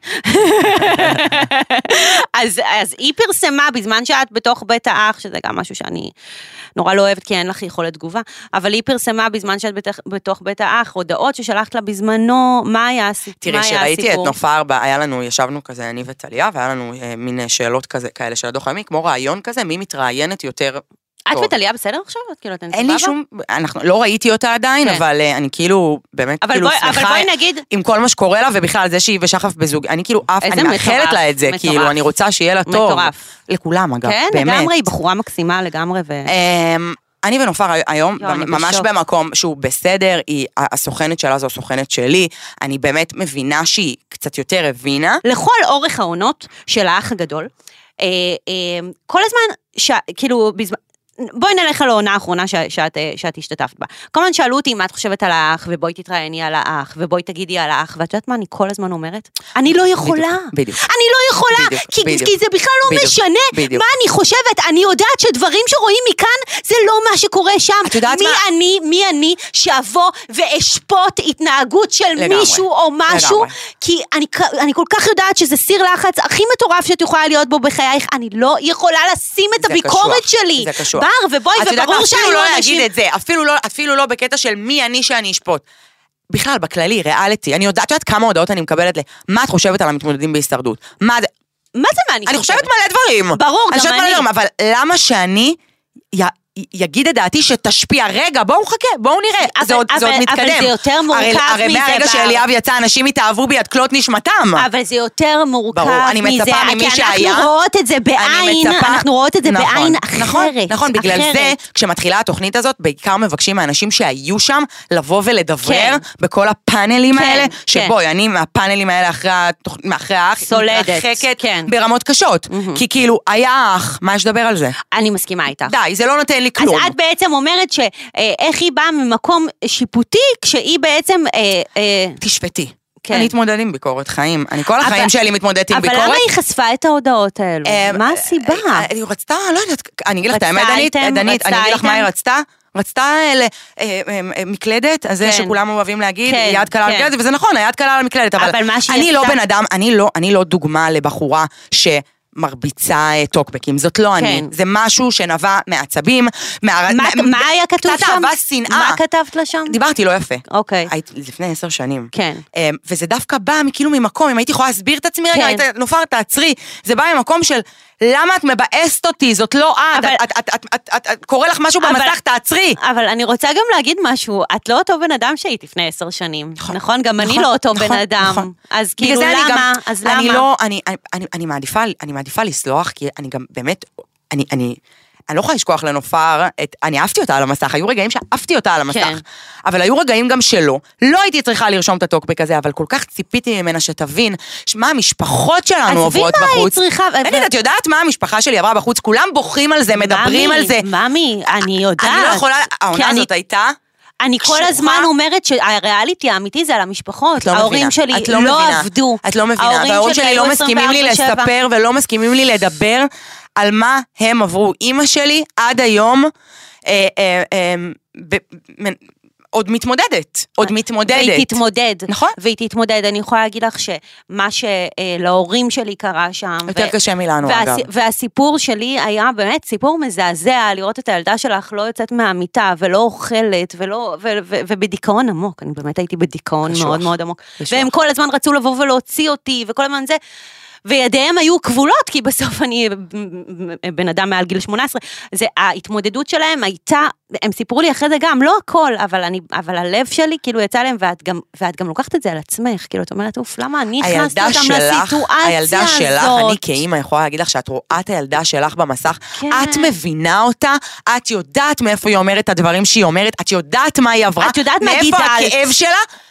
S1: אז, אז היא פרסמה בזמן שאת בתוך בית האח, שזה גם משהו שאני נורא לא אוהבת כי אין לך יכולת תגובה, אבל היא פרסמה בזמן שאת בתוך, בתוך בית האח הודעות ששלחת לה בזמנו, מה היה, הס- מה
S2: תראי,
S1: היה הסיפור.
S2: כשראיתי את נופר, ב- היה לנו, ישבנו כזה, אני וטליה, והיה לנו אה, מין אה, שאלות כזה, כאלה של הדוח הימי, כמו רעיון כזה, מי מתראיינת יותר
S1: את
S2: טוב.
S1: וטליה בסדר עכשיו? את כאילו, אתן סבבה?
S2: אין לי שום, אנחנו, לא ראיתי אותה עדיין,
S1: כן.
S2: אבל אה, אני כאילו, באמת,
S1: אבל
S2: כאילו,
S1: בואי- אבל
S2: שמחה
S1: בואי נגיד-
S2: עם כל מה שקורה לה, ובכלל זה שהיא ושחף בזוג, אני כאילו עף,
S1: איזה
S2: אני מאחלת
S1: מטורף,
S2: לה את זה,
S1: מטורף.
S2: כאילו, אני רוצה שיהיה לה טוב.
S1: מטורף.
S2: לכולם, אגב,
S1: כן,
S2: באמת.
S1: לגמרי, היא בחורה מקסימה לגמרי, ו...
S2: אמ, אני ונופר היום
S1: יואו, אני
S2: ממש
S1: בשוק.
S2: במקום שהוא בסדר, היא, הסוכנת שלה זו הסוכנת שלי, אני באמת מבינה שהיא קצת יותר הבינה.
S1: לכל אורך העונות של האח הגדול, אה, אה, כל הזמן, ש, כאילו, בזמן... בואי נלך על העונה האחרונה ש, שאת, אה, שאת השתתפת בה. כל הזמן שאלו אותי מה את חושבת על האח, ובואי תתראייני על האח, ובואי תגידי על האח, ואת יודעת מה אני כל הזמן אומרת? אני לא יכולה.
S2: בדיוק.
S1: אני לא יכולה,
S2: בדיוק,
S1: כי,
S2: בדיוק.
S1: כי זה בכלל לא
S2: בדיוק,
S1: משנה
S2: בדיוק.
S1: מה אני חושבת, אני יודעת שדברים שרואים מכאן זה לא מה שקורה שם.
S2: את יודעת
S1: מי
S2: מה?
S1: אני, מי אני שאבוא ואשפוט התנהגות של
S2: לגמרי,
S1: מישהו או משהו,
S2: לגמרי.
S1: כי אני, כ- אני כל כך יודעת שזה סיר לחץ הכי מטורף שאת יכולה להיות בו בחייך, אני לא יכולה לשים את
S2: זה
S1: הביקורת
S2: קשוח,
S1: שלי.
S2: זה קשוח.
S1: בר, ובואי,
S2: את יודעת מה?
S1: וברור שהיו
S2: אפילו לא
S1: אנשים...
S2: להגיד את זה, אפילו לא, אפילו לא בקטע של מי אני שאני אשפוט. בכלל, בכללי, ריאליטי, אני יודעת, את יודעת כמה הודעות אני מקבלת ל... מה את חושבת על המתמודדים בהישרדות? מה זה...
S1: מה זה מה אני,
S2: אני חושבת מלא דברים.
S1: ברור, גם
S2: אני חושבת מלא
S1: אני.
S2: דברים, אבל למה שאני י- י- יגיד את דעתי שתשפיע? רגע, בואו חכה, בואו נראה.
S1: אבל-
S2: זה עוד זה עוד
S1: אבל- אבל
S2: מתקדם.
S1: זה יותר מורכב
S2: הרי- הרי
S1: מזה,
S2: מהרגע
S1: בר.
S2: שאליאב יצא, אנשים התאהבו בי עד כלות נשמתם.
S1: אבל זה יותר מורכב
S2: ברור, אני
S1: מזה,
S2: מצפה ממי
S1: כי
S2: שהיה-
S1: אנחנו רואות את זה
S2: אני
S1: בעין,
S2: מצפה-
S1: אנחנו רואות את זה
S2: נכון,
S1: בעין אחרת.
S2: נכון, נכון, בגלל
S1: אחרת.
S2: זה, כשמתחילה התוכנית הזאת, בעיקר מבקשים מהאנשים שהיו שם, לבוא ולדברר
S1: כן.
S2: בכל הפאנלים
S1: כן,
S2: האלה,
S1: כן.
S2: שבואי, אני מהפאנלים האלה אחרי התוכ- מאחרי האח,
S1: סולדת,
S2: מתרחקת
S1: כן.
S2: ברמות קשות. כי כאילו, היה אח, מה יש לדבר על זה?
S1: אני מסכימה איתך.
S2: די, זה לא נותן לי
S1: אז
S2: כלום.
S1: את בעצם אומרת שאיך היא באה ממקום שיפוטי, כשהיא בעצם... אה, אה,
S2: תשפטי.
S1: כן.
S2: אני אתמודד עם ביקורת חיים. אני כל
S1: אבל-
S2: החיים שלי מתמודדת עם
S1: אבל למה
S2: ביקורת.
S1: היא חשפה את ההודעות האלו?
S2: אמ,
S1: מה הסיבה?
S2: אה, אה, היא רצתה, לא יודעת, אני אגיד לך את
S1: רצתה
S2: האמת, דנית,
S1: אייטם,
S2: דנית, אני
S1: רצתה
S2: אגיד לך מה היא
S1: אייטם.
S2: רצתה. רצתה אה, ל- אה, אה, אה, מקלדת, אז זה
S1: כן.
S2: שכולם אוהבים להגיד,
S1: כן,
S2: יד קלה על
S1: כן.
S2: מקלדת, וזה נכון, היד קלה על מקלדת, אבל
S1: אבל מה שהיא
S2: אני לא
S1: עשתה-
S2: בן אדם, אני לא- אני לא דוגמה לבחורה ש... מרביצה אה, טוקבקים, זאת לא אני,
S1: כן.
S2: זה משהו שנבע מעצבים, מה...
S1: מה-
S2: מה-
S1: מה היה כתוב שם?
S2: קצת אהבה, אה, שנאה.
S1: מה כתבת לה שם?
S2: דיברתי לא יפה.
S1: אוקיי.
S2: היית לפני עשר שנים.
S1: כן.
S2: אמ, וזה דווקא בא כאילו ממקום, אם הייתי יכולה להסביר את עצמי רגע,
S1: כן.
S2: היית נופר, תעצרי. זה בא ממקום של, למה את מבאסת אותי? זאת לא את.
S1: אבל-
S2: את- את- את- את- את- את- קורה לך משהו
S1: אבל-
S2: במסך, תעצרי.
S1: אבל אני רוצה גם להגיד משהו, את לא אותו בן אדם שהיית לפני עשר שנים,
S2: נכון,
S1: נכון? גם אני
S2: נכון,
S1: לא אותו
S2: נכון,
S1: בן אדם.
S2: נכון.
S1: אז
S2: בגלל
S1: כאילו
S2: זה אני גם-
S1: למה? אז למה?
S2: אני לא, אני- אני- אני- אני מעדיפה, אני מעדיפה לסלוח, כי אני גם באמת, אני, אני, אני לא יכולה לשכוח לנופר, את, אני עפתי אותה על המסך, היו רגעים שעפתי אותה על המסך.
S1: כן.
S2: אבל היו רגעים גם שלא, לא הייתי צריכה לרשום את הטוקבק הזה, אבל כל כך ציפיתי ממנה שתבין ש- מה המשפחות שלנו
S1: עזבי
S2: עוברות
S1: מה היא
S2: בחוץ.
S1: צריכה, אבל-
S2: תגיד, את יודעת מה המשפחה שלי עברה בחוץ? כולם בוכים על זה, מדברים
S1: ממי,
S2: על זה.
S1: ממי, אני יודעת.
S2: אני לא יכולה,
S1: כי
S2: העונה
S1: אני-
S2: הזאת הייתה...
S1: אני כל
S2: קשוחה.
S1: הזמן אומרת שהריאליטי האמיתי זה על המשפחות.
S2: את לא מבינה.
S1: ההורים שלי
S2: את
S1: לא,
S2: מבינה.
S1: עבדו.
S2: את לא מבינה. וההורים שלי
S1: היו
S2: לא מסכימים לי
S1: 24/7.
S2: לספר ולא מסכימים לי לדבר על מה הם עברו. אימא שלי עד היום אה, אה, אה, ב- מ- עוד מתמודדת. עוד
S1: אה, והיא
S2: מתמודדת.
S1: תתמודד.
S2: נכון.
S1: והיא תתמודד. אני יכולה להגיד לך שמה שלהורים שלי קרה שם.
S2: יותר קשה מלנו,
S1: והס-
S2: אגב.
S1: והסיפור שלי היה באמת סיפור מזעזע, לראות את הילדה שלך לא יוצאת מהמיטה ולא אוכלת ולא, ו- ו- ובדיכאון עמוק, אני באמת הייתי בדיכאון
S2: קשוח.
S1: מאוד מאוד עמוק.
S2: קשוח.
S1: והם כל הזמן רצו לבוא ולהוציא אותי, וכל הזמן זה. וידיהם היו כבולות, כי בסוף אני אה, בן אדם מעל גיל 18. זה, ההתמודדות שלהם הייתה, הם סיפרו לי אחרי זה גם, לא הכל, אבל, אני, אבל הלב שלי כאילו יצא להם, ואת גם, ואת גם לוקחת את זה על עצמך, כאילו, את אומרת, אוף, למה אני הכנסתי
S2: הילדה
S1: אותם
S2: שלך,
S1: לסיטואציה
S2: הילדה
S1: הזאת?
S2: שלך, אני כאימא יכולה להגיד לך שאת רואה את הילדה שלך במסך,
S1: כן.
S2: את מבינה אותה, את יודעת מאיפה היא אומרת את הדברים שהיא אומרת, את יודעת מה היא עברה,
S1: את יודעת מה
S2: מאיפה
S1: גידלת.
S2: הכאב שלה,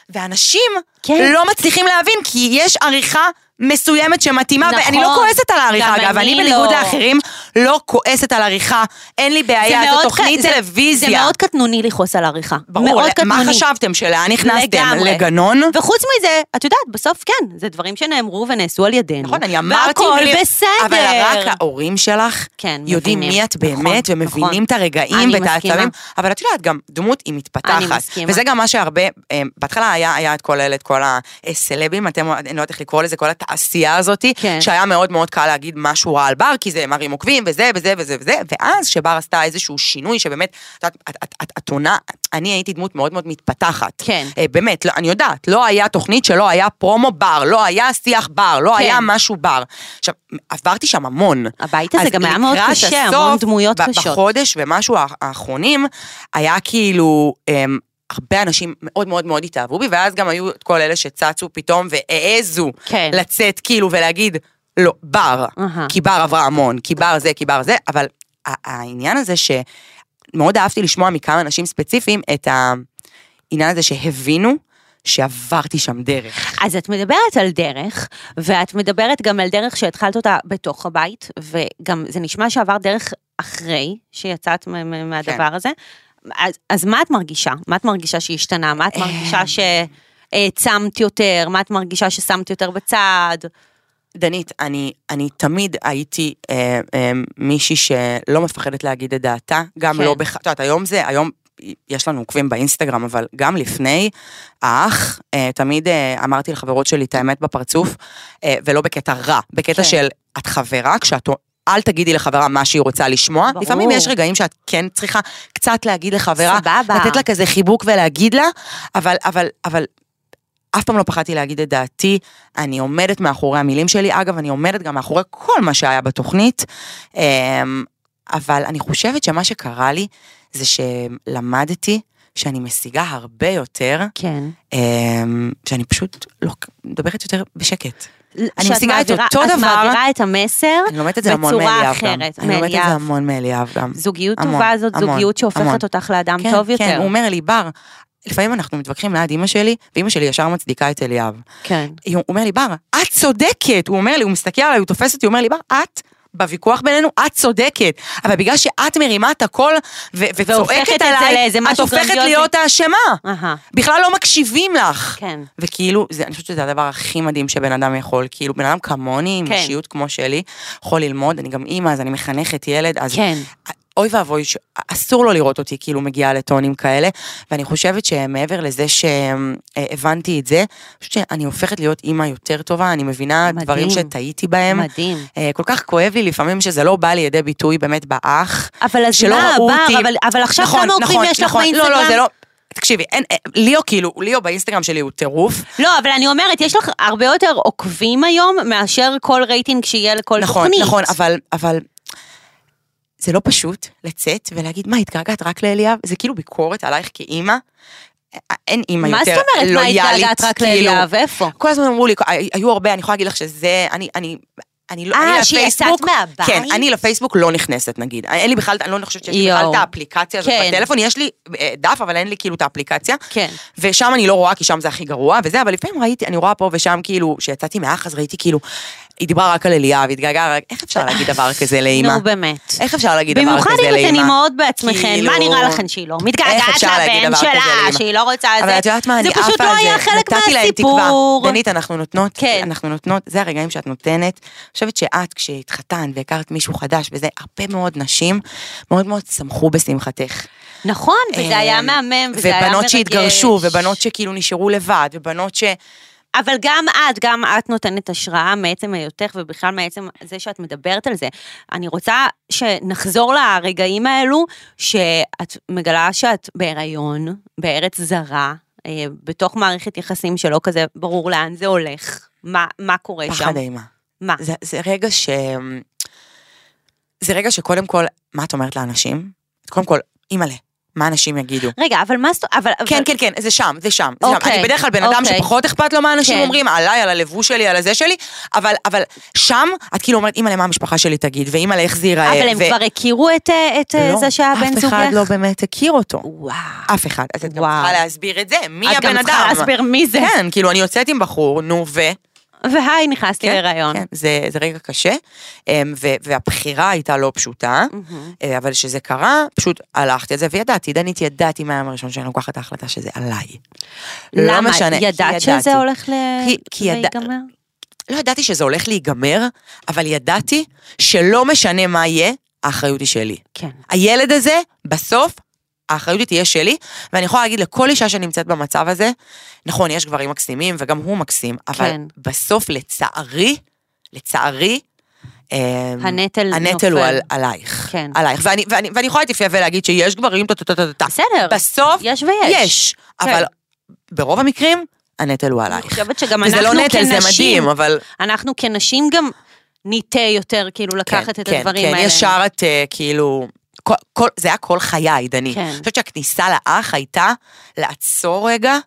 S2: ואנשים
S1: כן.
S2: לא מצליחים להבין, כי יש עריכה מסוימת שמתאימה,
S1: נכון.
S2: ואני לא כועסת על העריכה,
S1: גם
S2: אגב,
S1: אני
S2: אני בניגוד
S1: לא.
S2: לאחרים לא כועסת על עריכה, אין לי
S1: זה
S2: בעיה,
S1: מאוד
S2: זו
S1: ק-
S2: תוכנית
S1: זה-
S2: טלוויזיה.
S1: זה מאוד קטנוני לכעוס על עריכה.
S2: ברור,
S1: מאוד
S2: מה
S1: קטנוני.
S2: חשבתם, שלאן נכנסתם?
S1: לגמרי.
S2: לגנון?
S1: וחוץ מזה, את יודעת, בסוף כן, זה דברים שנאמרו ונעשו על ידינו.
S2: נכון, אני אמרתי... מילים,
S1: והכל בסדר.
S2: אבל רק ההורים שלך
S1: כן,
S2: יודעים
S1: מבינים.
S2: מי את
S1: נכון,
S2: באמת,
S1: נכון.
S2: ומבינים את הרגעים
S1: אני
S2: ואת
S1: מסכימה.
S2: העצבים. אבל את יודעת, גם דמות היא מתפתחת.
S1: אני מסכימה.
S2: וזה גם מה שהרבה... אה, בהתחלה היה היה את כל אלה, את כל הסלבים, אתם, אני לא יודעת איך לקרוא לזה, כל התעשייה הזאת,
S1: כן.
S2: שהיה מאוד מאוד קל להגיד משהו רע על בר, כי זה מרים עוקבים, וזה, וזה, וזה, וזה, ואז שבר עשתה איזשהו שינוי, שבאמת, את יודעת, את- את- את- את עונה... אני הייתי דמות מאוד מאוד מתפתחת.
S1: כן.
S2: אה, באמת, לא, אני יודעת, לא היה תוכנית שלא היה פרומו בר, לא היה שיח בר, לא
S1: כן.
S2: היה משהו בר. עכשיו, עברתי שם המון.
S1: הבית הזה
S2: אז
S1: גם היה מאוד
S2: לקראת
S1: קשה,
S2: הסוף,
S1: המון דמויות
S2: ב-
S1: קשות.
S2: בחודש ומשהו האח- האחרונים, היה כאילו... אמ, הרבה אנשים מאוד מאוד מאוד התאהבו בי, ואז גם היו את כל אלה שצצו פתאום והעזו
S1: כן.
S2: לצאת כאילו ולהגיד, לא, בר,
S1: אהה.
S2: כי בר עברה המון, כי בר זה, כי בר זה, אבל ה- העניין הזה ש... מאוד אהבתי לשמוע מכמה אנשים ספציפיים את העניין הזה שהבינו שעברתי שם דרך.
S1: אז את מדברת על דרך, ואת מדברת גם על דרך שהתחלת אותה בתוך הבית, וגם זה נשמע שעבר דרך אחרי שיצאת מ- מ- מהדבר
S2: כן.
S1: הזה. אז, אז מה את מרגישה? מה את מרגישה שהשתנה?
S2: אה.
S1: מה את מרגישה שהעצמת יותר? מה את מרגישה ששמת יותר בצד?
S2: דנית, אני, אני תמיד הייתי אה, אה, מישהי שלא מפחדת להגיד את דעתה, גם
S1: כן.
S2: כן. לא בח... את יודעת, היום זה, היום יש לנו עוקבים באינסטגרם, אבל גם לפני, האח, אה, תמיד אה, אמרתי לחברות שלי את האמת בפרצוף, אה, ולא בקטע רע, בקטע
S1: כן.
S2: כן. של את חברה, כשאת... אל תגידי לחברה מה שהיא רוצה לשמוע.
S1: ברור.
S2: לפעמים יש רגעים שאת כן צריכה קצת להגיד לחברה,
S1: סבבה.
S2: לתת לה כזה חיבוק ולהגיד לה, אבל, אבל, אבל אף פעם לא פחדתי להגיד את דעתי, אני עומדת מאחורי המילים שלי, אגב, אני עומדת גם מאחורי כל מה שהיה בתוכנית, אמ, אבל אני חושבת שמה שקרה לי זה שלמדתי שאני משיגה הרבה יותר,
S1: כן.
S2: אמ, שאני פשוט לא מדברת יותר בשקט. אני
S1: שאת
S2: משיגה את
S1: מעבירה-
S2: אותו
S1: את
S2: דבר.
S1: מעבירה את המסר
S2: אני לומדת את זה המון
S1: בצורה
S2: מאליאב גם.
S1: אחרת,
S2: אני לומדת את זה
S1: מאליאב.
S2: המון מאליאב גם.
S1: זוגיות
S2: המון,
S1: טובה זאת
S2: המון,
S1: זוגיות שהופכת
S2: המון.
S1: אותך לאדם
S2: כן,
S1: טוב
S2: כן,
S1: יותר.
S2: הוא אומר לי, בר, לפעמים אנחנו מתווכחים ליד אימא שלי, ואימא שלי ישר מצדיקה את אליאב.
S1: כן.
S2: היא- הוא אומר לי, בר, את צודקת. הוא אומר לי, הוא מסתכל עליי, הוא תופס אותי, הוא אומר לי, בר, את... בוויכוח בינינו, את צודקת, אבל בגלל שאת מרימה את הכל ו-
S1: והופכת את
S2: וצועקת
S1: זה
S2: עליי,
S1: לאיזה
S2: את
S1: משהו
S2: הופכת
S1: גרנדיוזי.
S2: להיות האשמה.
S1: אהה.
S2: בכלל לא מקשיבים לך.
S1: כן.
S2: וכאילו, זה, אני חושבת שזה הדבר הכי מדהים שבן אדם יכול, כאילו, בן אדם כמוני, עם
S1: כן.
S2: אישיות כמו שלי, יכול ללמוד, אני גם אימא, אז אני מחנכת ילד, אז...
S1: כן.
S2: אוי ואבוי, ש- אסור לו לראות אותי כאילו מגיעה לטונים כאלה, ואני חושבת שמעבר לזה שהבנתי את זה, אני חושבת שאני הופכת להיות אימא יותר טובה, אני מבינה
S1: מדהים.
S2: דברים שטעיתי בהם.
S1: מדהים.
S2: אה, כל כך כואב לי לפעמים שזה לא בא לידי ביטוי באמת באח.
S1: אבל אז
S2: שלא
S1: מה,
S2: ראו
S1: בר,
S2: אותי.
S1: אבל- אבל עכשיו
S2: נכון,
S1: כמה עוקבים
S2: נכון,
S1: יש לך
S2: נכון. לא,
S1: באינסטגרם?
S2: לא, זה לא... תקשיבי, אין, אה, ליאו כאילו, ליאו באינסטגרם שלי הוא טירוף.
S1: לא, אבל אני אומרת, יש לך הרבה יותר עוקבים היום מאשר כל רייטינג שיהיה לכל
S2: נכון,
S1: תוכנית.
S2: נכון, אבל, אבל זה לא פשוט לצאת ולהגיד, מה, התגעגעת רק לאליאב? זה כאילו ביקורת עלייך כאימא. א- אין אימא
S1: מה
S2: יותר
S1: זאת אומרת, מה
S2: לויאלית,
S1: התגעגעת רק
S2: כאילו.
S1: לאליאב? איפה?
S2: כל הזמן אמרו לי, הי- היו הרבה, אני יכולה להגיד לך שזה, אני, אני, אני לא,
S1: אה,
S2: אני
S1: שהיא יצאת מהבית?
S2: כן, אני לפייסבוק לא נכנסת נגיד, אין לי בכלל, אני לא חושבת שיש לי
S1: יואו.
S2: בכלל את האפליקציה הזאת
S1: כן.
S2: בטלפון, יש לי אה, דף, אבל אין לי כאילו את האפליקציה,
S1: כן.
S2: ושם אני לא רואה, כי שם זה הכי גרוע וזה, אבל לפעמים ראיתי, אני רואה פה ושם כאילו, כשיצאתי מהאח אז ראיתי כאילו, היא דיברה רק על אליה והתגעגעה, רק- איך אפשר להגיד דבר כזה לאימא?
S1: נו, באמת.
S2: איך אפשר להגיד דבר
S1: במיוחד
S2: כזה לאימא?
S1: אם אתן אימהות בעצמכן,
S2: כאילו-
S1: מה נראה לכן שהיא לא
S2: איך
S1: מתגעגעת
S2: אפשר להגיד
S1: לבן
S2: דבר כזה
S1: שלה,
S2: לאמא?
S1: שהיא לא רוצה את זה?
S2: אבל את יודעת מה, אני
S1: זה
S2: עפה על זה,
S1: פשוט לא היה חלק
S2: נתתי להם תקווה.
S1: מהסיפור.
S2: דנית, אנחנו נותנות,
S1: כן.
S2: אנחנו נותנות, זה הרגעים שאת נותנת. אני חושבת שאת, כשהתחתנת והכרת מישהו חדש וזה, הרבה מאוד נשים מאוד מאוד שמחו בשמחתך.
S1: נכון, וזה
S2: אה,
S1: היה מהמם, וזה היה מרגש.
S2: ובנות שהתגרשו, ובנות שכאילו נשארו לבד, ובנות ש...
S1: אבל גם את, גם את נותנת השראה מעצם היותך, ובכלל מעצם זה שאת מדברת על זה. אני רוצה שנחזור לרגעים האלו, שאת מגלה שאת בהיריון, בארץ זרה, אה, בתוך מערכת יחסים שלא כזה ברור לאן זה הולך, מה, מה קורה שם.
S2: פחד אימה.
S1: מה?
S2: זה, זה רגע ש... זה רגע שקודם כל, מה את אומרת לאנשים? קודם כל, אימא'לה, מה אנשים יגידו?
S1: רגע, אבל מה זאת... אבל...
S2: כן,
S1: אבל-
S2: כן, כן, זה שם, זה שם. זה שם.
S1: אוקיי,
S2: אני בדרך כלל בן אדם
S1: אוקיי.
S2: שפחות אכפת לו מה אנשים
S1: כן.
S2: אומרים, עליי, על הלבוש שלי, על הזה שלי, אבל- אבל שם את כאילו אומרת, אימא'לה, מה המשפחה שלי תגיד, ואימא'לה, איך זה ייראה.
S1: אבל הם
S2: ו-
S1: כבר הכירו את אה, את, אה,
S2: לא,
S1: זה שהבן זוגך?
S2: אף אחד לא באמת הכיר אותו.
S1: וואו.
S2: אף אחד. אז את גם
S1: וואו.
S2: צריכה להסביר את זה, מי
S1: את גם
S2: הבן
S1: צריכה
S2: אדם.
S1: להסביר מי זה.
S2: כן, כאילו, אני יוצאת עם בחור, נו, ו...
S1: והי, נכנסתי
S2: כן,
S1: להיריון.
S2: כן, זה, זה רגע קשה, אמ, ו, והבחירה הייתה לא פשוטה,
S1: מהמם.
S2: אה, אבל כשזה קרה, פשוט הלכתי על זה, וידעתי, דנית, ידעתי מהיום הראשון שאני לוקחת את ההחלטה שזה עליי. לא
S1: למה?
S2: משנה, כי
S1: ידעת שזה
S2: ידעתי.
S1: הולך ל...
S2: כי- כי ידע-
S1: להיגמר?
S2: לא ידעתי שזה הולך להיגמר, אבל ידעתי שלא משנה מה יהיה, האחריות היא שלי.
S1: כן.
S2: הילד הזה, בסוף, האחריות היא תהיה שלי, ואני יכולה להגיד לכל אישה שנמצאת במצב הזה, נכון, יש גברים מקסימים, וגם הוא מקסים, אבל
S1: כן.
S2: בסוף, לצערי, לצערי, אמ,
S1: הנטל נופל.
S2: הנטל הוא על, עלייך.
S1: כן.
S2: עלייך. ואני, ואני, ואני יכולה להתייפייף ולהגיד שיש גברים, טה טה טה טה טה.
S1: בסדר.
S2: בסוף,
S1: יש ויש.
S2: יש.
S1: כן.
S2: אבל ברוב המקרים, הנטל הוא
S1: אני
S2: עלייך.
S1: חושבת שגם
S2: וזה
S1: אנחנו
S2: לא נטל, זה
S1: כנשים,
S2: מדהים, אבל...
S1: אנחנו כנשים גם ניטה יותר, כאילו, לקחת את הדברים האלה.
S2: כן, ישר את אה, כאילו... כל, כל, זה היה כל חיי, דני.
S1: כן.
S2: אני חושבת שהכניסה לאח הייתה לעצור רגע.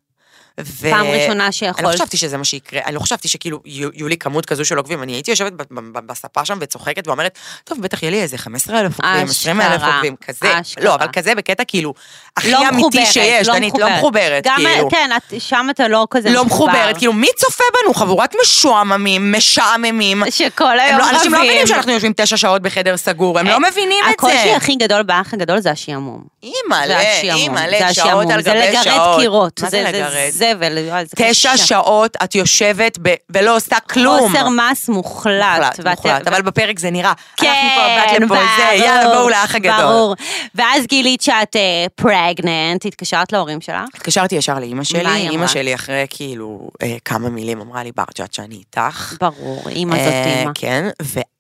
S2: ו...
S1: פעם ראשונה
S2: אני לא
S1: שיכולת.
S2: חשבתי שזה מה שיקרה, אני לא חשבתי שכאילו יהיו יהיו לי כמות כזו של עוקבים, אני הייתי יושבת ב- ב- ב- בספה שם וצוחקת ואומרת, טוב, בטח יהיה לי איזה 15 אלף עוקבים, 20 אלף
S1: אשכרה,
S2: עוקבים, כזה,
S1: אשכרה.
S2: לא, אבל כזה בקטע כאילו, הכי
S1: לא
S2: אמיתי
S1: מחוברת,
S2: שיש,
S1: לא
S2: דנית, לא מחוברת,
S1: גם,
S2: כאילו,
S1: כן, את, שם אתה לא כזה
S2: לא
S1: מחובר.
S2: מחוברת, כאילו, מי צופה בנו? חבורת משועממים, משעממים,
S1: שכל
S2: הם
S1: היום
S2: לא,
S1: רבים.
S2: אנשים לא מבינים שאנחנו יושבים תשע שעות בחדר סגור, הם לא מבינים את זה.
S1: אה, הקושי הכי גדול באח הגדול זה השעמום. זה
S2: אימא'לה,
S1: השעמום, זה
S2: אימא'לה, שעות
S1: השעמום,
S2: על
S1: זה
S2: גבי שעות.
S1: לגרד קירות.
S2: מה זה לגרד?
S1: זבל. וואי, זה
S2: תשע
S1: קשה.
S2: שעות את יושבת ב- ולא עושה כלום.
S1: חוסר מס מוחלט.
S2: מוחלט,
S1: ואת-
S2: מוחלט, אבל בפרק זה נראה.
S1: כן,
S2: אנחנו פה, באת לפה, זה,
S1: ברור,
S2: יאללה, בואו לאח הגדול.
S1: ברור. ואז גילית שאת פרגננט, התקשרת להורים שלך?
S2: התקשרתי ישר לאימא
S1: מה היא
S2: שלי, אימא
S1: אמרה?
S2: שלי אחרי כאילו אה, כמה מילים אמרה לי, בר, את יודעת שאני איתך.
S1: ברור, אימא זאת
S2: אה,
S1: אימא.
S2: כן,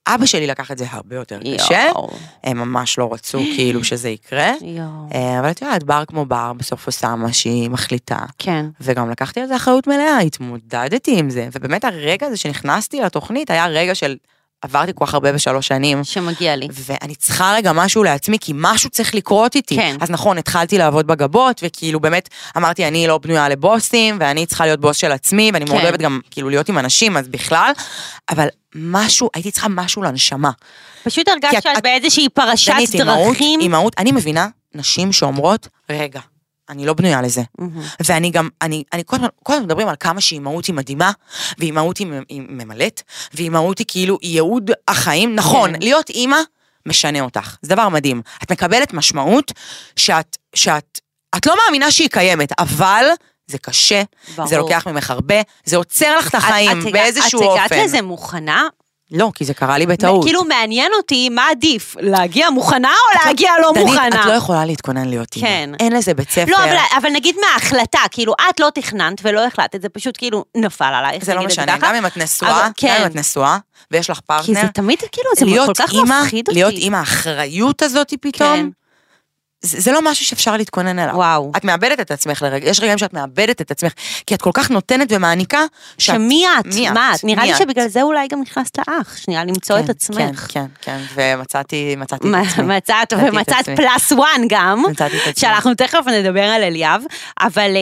S2: ואבא שלי לקח את זה הרבה יותר קשה.
S1: יואו,
S2: הם ממש לא רצו כאילו שזה יקרה.
S1: יואו.
S2: אה, אבל את יודעת, בר כמו בר, בסוף עושה מה שהיא מחליטה.
S1: כן.
S2: וגם לקחתי על זה אחריות מלאה, התמודדתי עם זה. ובאמת הרגע הזה שנכנסתי לתוכנית היה רגע של עברתי כל כך הרבה בשלוש שנים.
S1: שמגיע לי.
S2: ואני צריכה רגע משהו לעצמי, כי משהו צריך לקרות איתי.
S1: כן.
S2: אז נכון, התחלתי לעבוד בגבות, וכאילו באמת אמרתי, אני לא בנויה לבוסים, ואני צריכה להיות בוס של עצמי, ואני
S1: כן.
S2: מאוד אוהבת גם כאילו להיות עם אנשים, אז בכלל, אבל משהו, הייתי צריכה משהו לנשמה.
S1: פשוט הרגשת
S2: כי את-
S1: שאת
S2: את-
S1: באיזושהי פרשת
S2: דנית, אימהות,
S1: דרכים.
S2: אימהות, אני מבינה נשים שאומרות, רגע, אני לא בנויה לזה.
S1: מהמם.
S2: ואני גם, אני, אני כל הזמן, כל הזמן מדברים על כמה שאימהות היא מדהימה, ואימהות היא, מ- היא ממלאת, ואימהות היא כאילו היא ייעוד החיים. נכון,
S1: כן.
S2: להיות אימא משנה אותך, זה דבר מדהים. את מקבלת משמעות שאת, שאת, את לא מאמינה שהיא קיימת, אבל זה קשה,
S1: ברור.
S2: זה לוקח ממך הרבה, זה עוצר לך את
S1: את-
S2: החיים
S1: את הגע-
S2: באיזשהו אופן.
S1: את הגעת לזה מוכנה?
S2: לא, כי זה קרה לי בטעות.
S1: כאילו מעניין אותי מה עדיף, להגיע מוכנה או להגיע לא
S2: דנית,
S1: מוכנה?
S2: את לא יכולה להתכונן להיות אימא.
S1: כן.
S2: אין לזה בית ספר.
S1: לא, אבל, אבל נגיד מההחלטה, כאילו, את לא תכננת ולא החלטת, זה פשוט כאילו נפל עלייך,
S2: זה לא
S1: נגיד את זה
S2: משנה,
S1: ככה.
S2: גם אם את נשואה,
S1: אבל
S2: גם
S1: כן.
S2: אם את נשואה, ויש לך פרטנר,
S1: כי זה תמיד, כאילו, זה כל
S2: להיות
S1: כך
S2: אימא,
S1: מפחיד אותי.
S2: להיות אימא, האחריות הזאת פתאום,
S1: כן.
S2: זה, זה לא משהו שאפשר להתכונן אליו.
S1: וואו.
S2: את מאבדת את עצמך לרגע, יש רגעים שאת מאבדת את עצמך, כי את כל כך נותנת ומעניקה, שאת...
S1: שמי את?
S2: מי
S1: מה את? נראה
S2: מי
S1: לי
S2: את?
S1: שבגלל זה אולי גם נכנסת לאח, שנייה, למצוא את עצמך.
S2: כן, כן, כן, ומצאתי מצאתי
S1: מה-
S2: את עצמי.
S1: מצאת,
S2: מצאתי את
S1: ומצאת
S2: עצמי.
S1: פלאס וואן גם,
S2: מצאתי את עצמי.
S1: שאנחנו תכף נדבר על אליאב, אבל אה,
S2: אוקיי.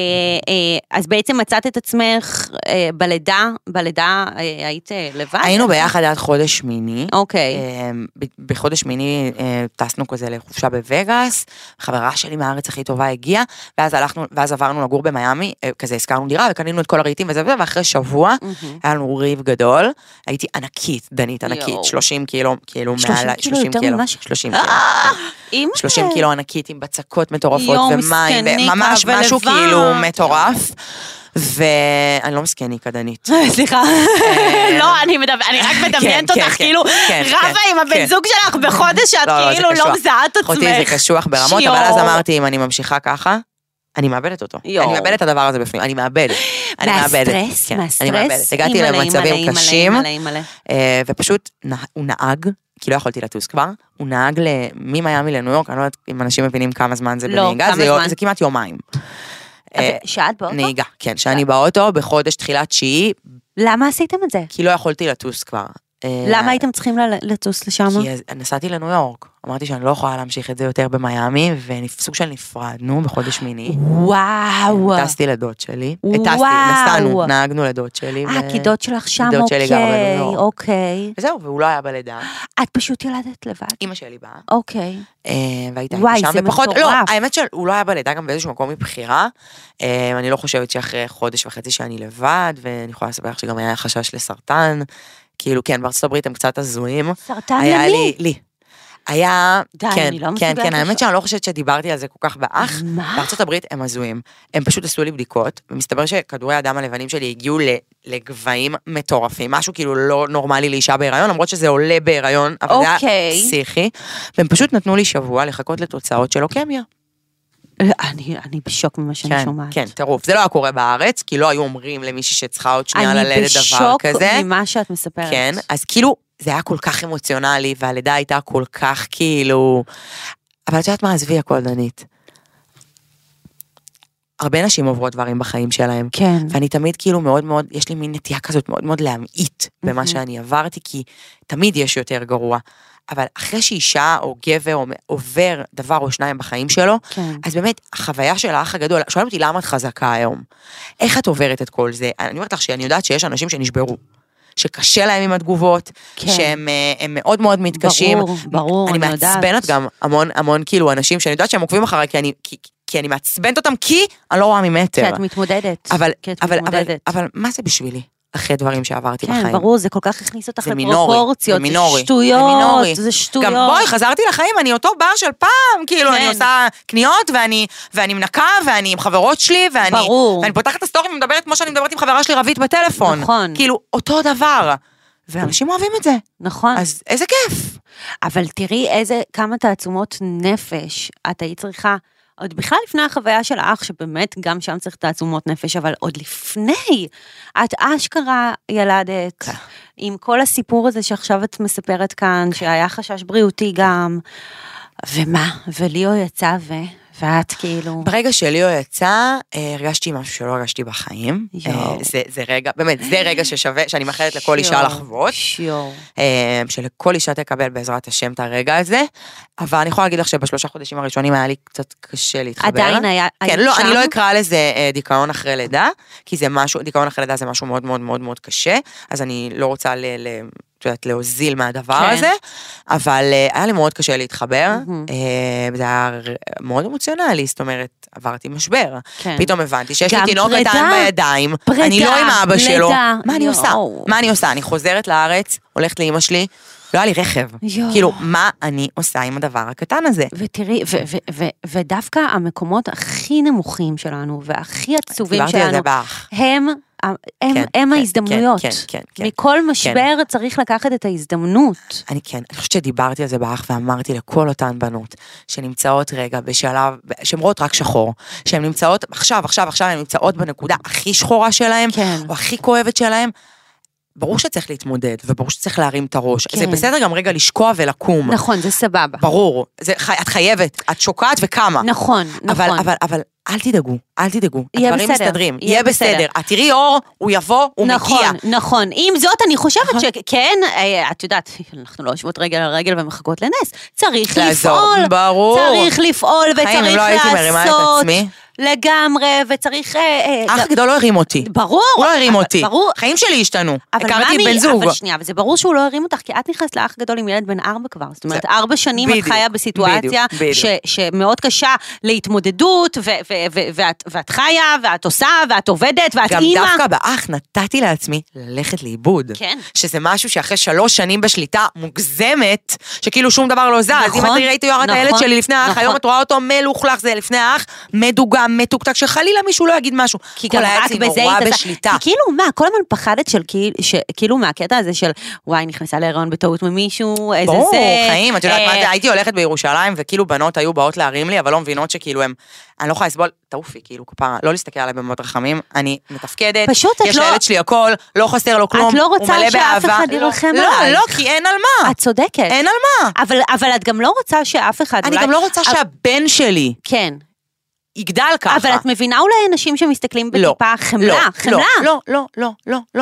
S1: אה, אז בעצם מצאת את עצמך אה, בלידה, בלידה אה, היית אה, לבד?
S2: היינו ביחד עד חודש שמיני.
S1: אוקיי,
S2: אמ, ב- בחודש שמיני אה, טסנו כזה לחופשה בווגאס, חברה שלי מהארץ הכי טובה הגיעה, ואז הלכנו, ואז עברנו לגור במיאמי, אה, כזה הזכרנו דירה וקנינו את כל הרהיטים וזה וזה, ואחרי שבוע
S1: מהמם.
S2: היה לנו ריב גדול, הייתי ענקית, דנית ענקית,
S1: יואו.
S2: 30 קילו, כאילו
S1: 30
S2: מעל,
S1: קילו יותר ממה ש-
S2: 30
S1: אה,
S2: קילו,
S1: אימא.
S2: 30 קילו ענקית עם בצקות מטורפות
S1: יואו,
S2: ומים,
S1: מסכניקה,
S2: ממש
S1: אבל
S2: משהו
S1: לבד.
S2: כאילו מטורף, ואני לא מסכניקה, דנית.
S1: אה, סליחה, לא, אני מדמ- אני רק מדמיינת
S2: אה, כן,
S1: אותך
S2: כן,
S1: כאילו
S2: כן,
S1: רבה
S2: כן,
S1: עם הבן
S2: כן.
S1: זוג שלך בחודש שאת
S2: לא, לא, זה
S1: כאילו
S2: קשוח.
S1: לא מזהה את
S2: אחותי זה
S1: עצמך.
S2: קשוח ברמות,
S1: שיו.
S2: אבל אז אמרתי, אם אני ממשיכה ככה, אני מאבדת אותו.
S1: יואו.
S2: אני מאבדת את הדבר הזה בפנים, אני מאבדת. אני מאבדת.
S1: מהסטרס,
S2: כן,
S1: מהסטרס.
S2: אני מאבדת. הגעתי
S1: אימא'לה,
S2: למצבים
S1: אימא'לה,
S2: קשים,
S1: אימא'לה, אימא'לה.
S2: אה, ופשוט נה- הוא נהג, כי לא יכולתי לטוס כבר, הוא נהג ל- ממיאמי לניו יורק, אני לא יודעת אם אנשים מבינים כמה זמן זה
S1: לא,
S2: בנהיגה,
S1: כמה
S2: זה יו-
S1: זמן?
S2: זה כמעט יומיים. אה,
S1: אבל שאת באוטו?
S2: נהיגה,
S1: אה.
S2: כן, שאני באוטו בחודש תחילת תשיעי,
S1: למה עשיתם את זה?
S2: אה, כי לא יכולתי לטוס כבר. אה,
S1: למה הייתם צריכים ל- לטוס לשם?
S2: כי אז- נסעתי לניו יורק, אמרתי שאני לא יכולה להמשיך את זה יותר במיאמי, וסוג של נפרדנו בחודש שמיני.
S1: וואו.
S2: כן, טסתי לדוד שלי, אה,
S1: וואו.
S2: טסתי, נסענו, נהגנו לדוד שלי.
S1: אה,
S2: ו-
S1: כי דוד שלך שם,
S2: דוד שלי לא. גר
S1: אוקיי,
S2: בניו יורק.
S1: אוקיי.
S2: וזהו, והוא לא היה בלידה.
S1: את פשוט ילדת לבד.
S2: אימא שלי באה,
S1: אוקיי.
S2: אה, והייתה
S1: וואי,
S2: איתי שם,
S1: זה
S2: ופחות, לא,
S1: מטורף.
S2: האמת שהוא לא היה בלידה גם באיזשהו מקום מבחירה. אה, אני לא חושבת שאחרי חודש וחצי שאני לבד, ואני יכולה לספר לך שגם היה חשש לסרטן. כאילו, כן, בארצות הברית הם קצת הזויים.
S1: סרטן למי?
S2: היה לי, לי. היה,
S1: די,
S2: כן,
S1: אני לא
S2: כן,
S1: מסוגלת
S2: כן,
S1: לחשוב.
S2: האמת שאני לא חושבת שדיברתי על זה כל כך באח.
S1: מה?
S2: בארצות הברית הם הזויים. הם פשוט עשו לי בדיקות, ומסתבר שכדורי הדם הלבנים שלי הגיעו ל- לגבהים מטורפים, משהו כאילו לא נורמלי לאישה בהיריון, למרות שזה עולה בהיריון, אבל זה
S1: אוקיי.
S2: היה פסיכי. והם פשוט נתנו לי שבוע לחכות לתוצאות של לוקמיה.
S1: אה, אני- אני בשוק ממה שאני
S2: כן,
S1: שומעת.
S2: כן, טירוף. זה לא היה קורה בארץ, כי לא היו אומרים למישהי שצריכה עוד שנייה
S1: אני
S2: ללדת דבר
S1: בשוק
S2: כזה.
S1: ממה שאת מספרת.
S2: כן, אז כאילו, זה היה כל כך אמוציונלי, והלידה הייתה כל כך כאילו... אבל את יודעת מה, עזבי הכל, דנית. הרבה נשים עוברות דברים בחיים שלהם.
S1: כן.
S2: ואני תמיד כאילו מאוד מאוד, יש לי מין נטייה כזאת מאוד מאוד להמעיט במה שאני עברתי, כי תמיד יש יותר גרוע. אבל אחרי שאישה או גבר או- עובר דבר או שניים בחיים שלו,
S1: כן.
S2: אז באמת, החוויה של האח הגדול, שואלים אותי למה את חזקה היום? איך את עוברת את כל זה? אני אומרת לך שאני יודעת שיש אנשים שנשברו, שקשה להם עם התגובות,
S1: כן.
S2: כן. שהם אה, הם מאוד מאוד מתקשים.
S1: ברור, ברור, אני יודעת.
S2: אני מעצבנת גם המון המון כאילו אנשים שאני יודעת שהם עוקבים אחריי, כי אני, כי, כי אני מעצבנת אותם, כי אני לא רואה ממטר.
S1: כי את מתמודדת.
S2: אבל,
S1: כי את
S2: אבל, אבל,
S1: מתמודדת.
S2: אבל מה זה בשבילי? אחרי דברים שעברתי
S1: כן,
S2: בחיים.
S1: ברור, זה כל כך הכניס אותך
S2: זה מינורי,
S1: לפרופורציות,
S2: זה מינורי,
S1: זה שטויות,
S2: זה מינורי.
S1: זה שטויות.
S2: גם בואי, חזרתי לחיים, אני אותו בר של פעם, כאילו,
S1: כן.
S2: אני עושה קניות, ואני, ואני מנקה, ואני עם חברות שלי, ואני...
S1: ברור.
S2: ואני פותחת את הסטורים ומדברת כמו שאני מדברת עם חברה שלי רבית בטלפון.
S1: נכון.
S2: כאילו, אותו דבר. ואנשים אוהבים את זה,
S1: נכון,
S2: אז איזה כיף.
S1: אבל תראי איזה, כמה תעצומות נפש את היית צריכה, עוד בכלל לפני החוויה של האח, שבאמת גם שם צריך תעצומות נפש, אבל עוד לפני, את אשכרה
S2: כן.
S1: ילדת, עם כל הסיפור הזה שעכשיו את מספרת כאן,
S2: כן.
S1: שהיה חשש בריאותי גם, ומה, וליאו יצא ו... ואת כאילו...
S2: ברגע שליאו יצא, אה, הרגשתי משהו שלא הרגשתי בחיים.
S1: יואו.
S2: אה, זה, זה רגע, באמת, זה רגע ששווה, שאני מאחלת לכל אישה
S1: שיור,
S2: לחוות.
S1: שיור.
S2: אה, שלכל אישה תקבל בעזרת השם את הרגע הזה, אבל אני יכולה להגיד לך שבשלושה חודשים הראשונים היה לי קצת קשה להתחבר.
S1: עדיין היה...
S2: כן,
S1: היית
S2: לא,
S1: שם?
S2: אני לא אקרא לזה אה, דיכאון אחרי לידה, כי זה משהו, דיכאון אחרי לידה זה משהו מאוד מאוד מאוד מאוד קשה, אז אני לא רוצה ל... ל את יודעת, להוזיל מהדבר
S1: כן.
S2: הזה, אבל אה, היה לי מאוד קשה להתחבר,
S1: מהמם.
S2: אה, וזה היה ר- מאוד אמוציונלי, זאת אומרת, עברתי משבר.
S1: כן.
S2: פתאום הבנתי שיש לי
S1: גם
S2: תינוק
S1: פרידה.
S2: קטן בידיים,
S1: פרידה,
S2: אני לא עם אבא שלו,
S1: לידה,
S2: מה אני עושה?
S1: יואו.
S2: מה אני עושה? אני חוזרת לארץ, הולכת לאימא שלי, לא היה לי רכב.
S1: יואו.
S2: כאילו, מה אני עושה עם הדבר הקטן הזה?
S1: ותראי, ו- ו- ו- ודווקא המקומות הכי נמוכים שלנו, והכי עצובים
S2: דיברתי על
S1: שלנו,
S2: זה באח.
S1: הם, הם,
S2: כן,
S1: הם
S2: כן,
S1: ההזדמנויות.
S2: כן, כן, כן.
S1: מכל משבר צריך לקחת את ההזדמנות.
S2: אני כן, אני חושבת שדיברתי על זה באח ואמרתי לכל אותן בנות שנמצאות רגע בשלב, שהן רואות רק שחור, שהן נמצאות עכשיו, עכשיו, עכשיו, הן נמצאות בנקודה הכי שחורה שלהן,
S1: כן.
S2: או הכי כואבת שלהן. ברור שצריך להתמודד, וברור שצריך להרים את הראש.
S1: כן.
S2: זה בסדר גם רגע לשקוע ולקום.
S1: נכון, זה סבבה.
S2: ברור, זה, חי- את חייבת, את שוקעת וקמה.
S1: נכון,
S2: אבל,
S1: נכון.
S2: אבל, אבל אל תדאגו, אל תדאגו.
S1: יהיה
S2: הדברים
S1: בסדר,
S2: מסתדרים,
S1: יהיה
S2: יהיה בסדר. את תראי אור, הוא יבוא, הוא מגיע. נכון.
S1: נכון, נכון. עם זאת, אני חושבת שכן, אה, את יודעת, אנחנו לא יושבות רגל על רגל ומחכות לנס. צריך
S2: לעזור,
S1: לפעול.
S2: ברור.
S1: צריך לפעול וצריך לעשות.
S2: חיים, אם לא הייתי מרימה את עצמי.
S1: לגמרי, וצריך... אה, אה,
S2: האח הגדול לא הרים אותי.
S1: ברור.
S2: הוא לא הרים
S1: אבל-
S2: אותי.
S1: ברור.
S2: חיים שלי השתנו.
S1: אבל
S2: הכרתי
S1: ממי-
S2: בן זוג.
S1: אבל שנייה, אבל זה ברור שהוא לא הרים אותך, כי את נכנסת לאח גדול עם ילד בן ארבע כבר. זאת אומרת, ארבע שנים את
S2: בדיוק,
S1: חיה בסיטואציה
S2: בדיוק, בדיוק.
S1: ש- שמאוד קשה להתמודדות, ו- ו- ו- ואת- ואת חיה, ואת עושה, ואת עובדת, ואת
S2: גם
S1: אימא.
S2: דווקא באח נתתי לעצמי ללכת לאיבוד.
S1: כן.
S2: שזה משהו שאחרי שלוש שנים בשליטה מוגזמת, שכאילו שום דבר לא זז.
S1: נכון,
S2: אם את ראיתי יואר את
S1: נכון,
S2: הילד שלי לפני האח,
S1: נכון.
S2: היום את רואה אותו מלוכלך, זה לפני האח, מדוגם, מתוקתק, שחלילה מישהו לא יגיד משהו.
S1: כי גם
S2: כל היה
S1: רק
S2: אצלי
S1: בזה
S2: נורא
S1: היא
S2: בשליטה.
S1: כי כאילו מה, כל הזמן פחדת של כאילו- ש- כאילו מהקטע הזה של וואי, נכנסה להיריון בטעות ממישהו, איזה זה.
S2: ברור, חיים, את יודעת מה
S1: אה,
S2: זה, הייתי הולכת בירושלים, וכאילו בנות היו באות להרים לי, אבל לא מבינות שכאילו הם, אני לא יכולה לסבול, תעופי, כאילו, כפרה, לא להסתכל עליי במות רחמים, אני מתפקדת,
S1: פשוט את
S2: יש
S1: לא-
S2: לילד שלי הכל, לא חסר לו כלום,
S1: את לא
S2: הוא
S1: רוצה
S2: מלא
S1: שאף
S2: באהבה.
S1: אחד ירחם
S2: לא,
S1: עלייך.
S2: לא, לא, כי אין על מה,
S1: את צודקת.
S2: אין על מה.
S1: אבל, אבל את גם לא רוצה שאף אחד...
S2: אני
S1: אולי-
S2: גם לא רוצה
S1: אבל-
S2: שהבן שלי
S1: כן.
S2: יגדל ככה.
S1: אבל את מבינה אולי אנשים שמסתכלים
S2: לא,
S1: בטיפה חמלה,
S2: לא,
S1: חמלה.
S2: לא, לא, לא, לא, לא,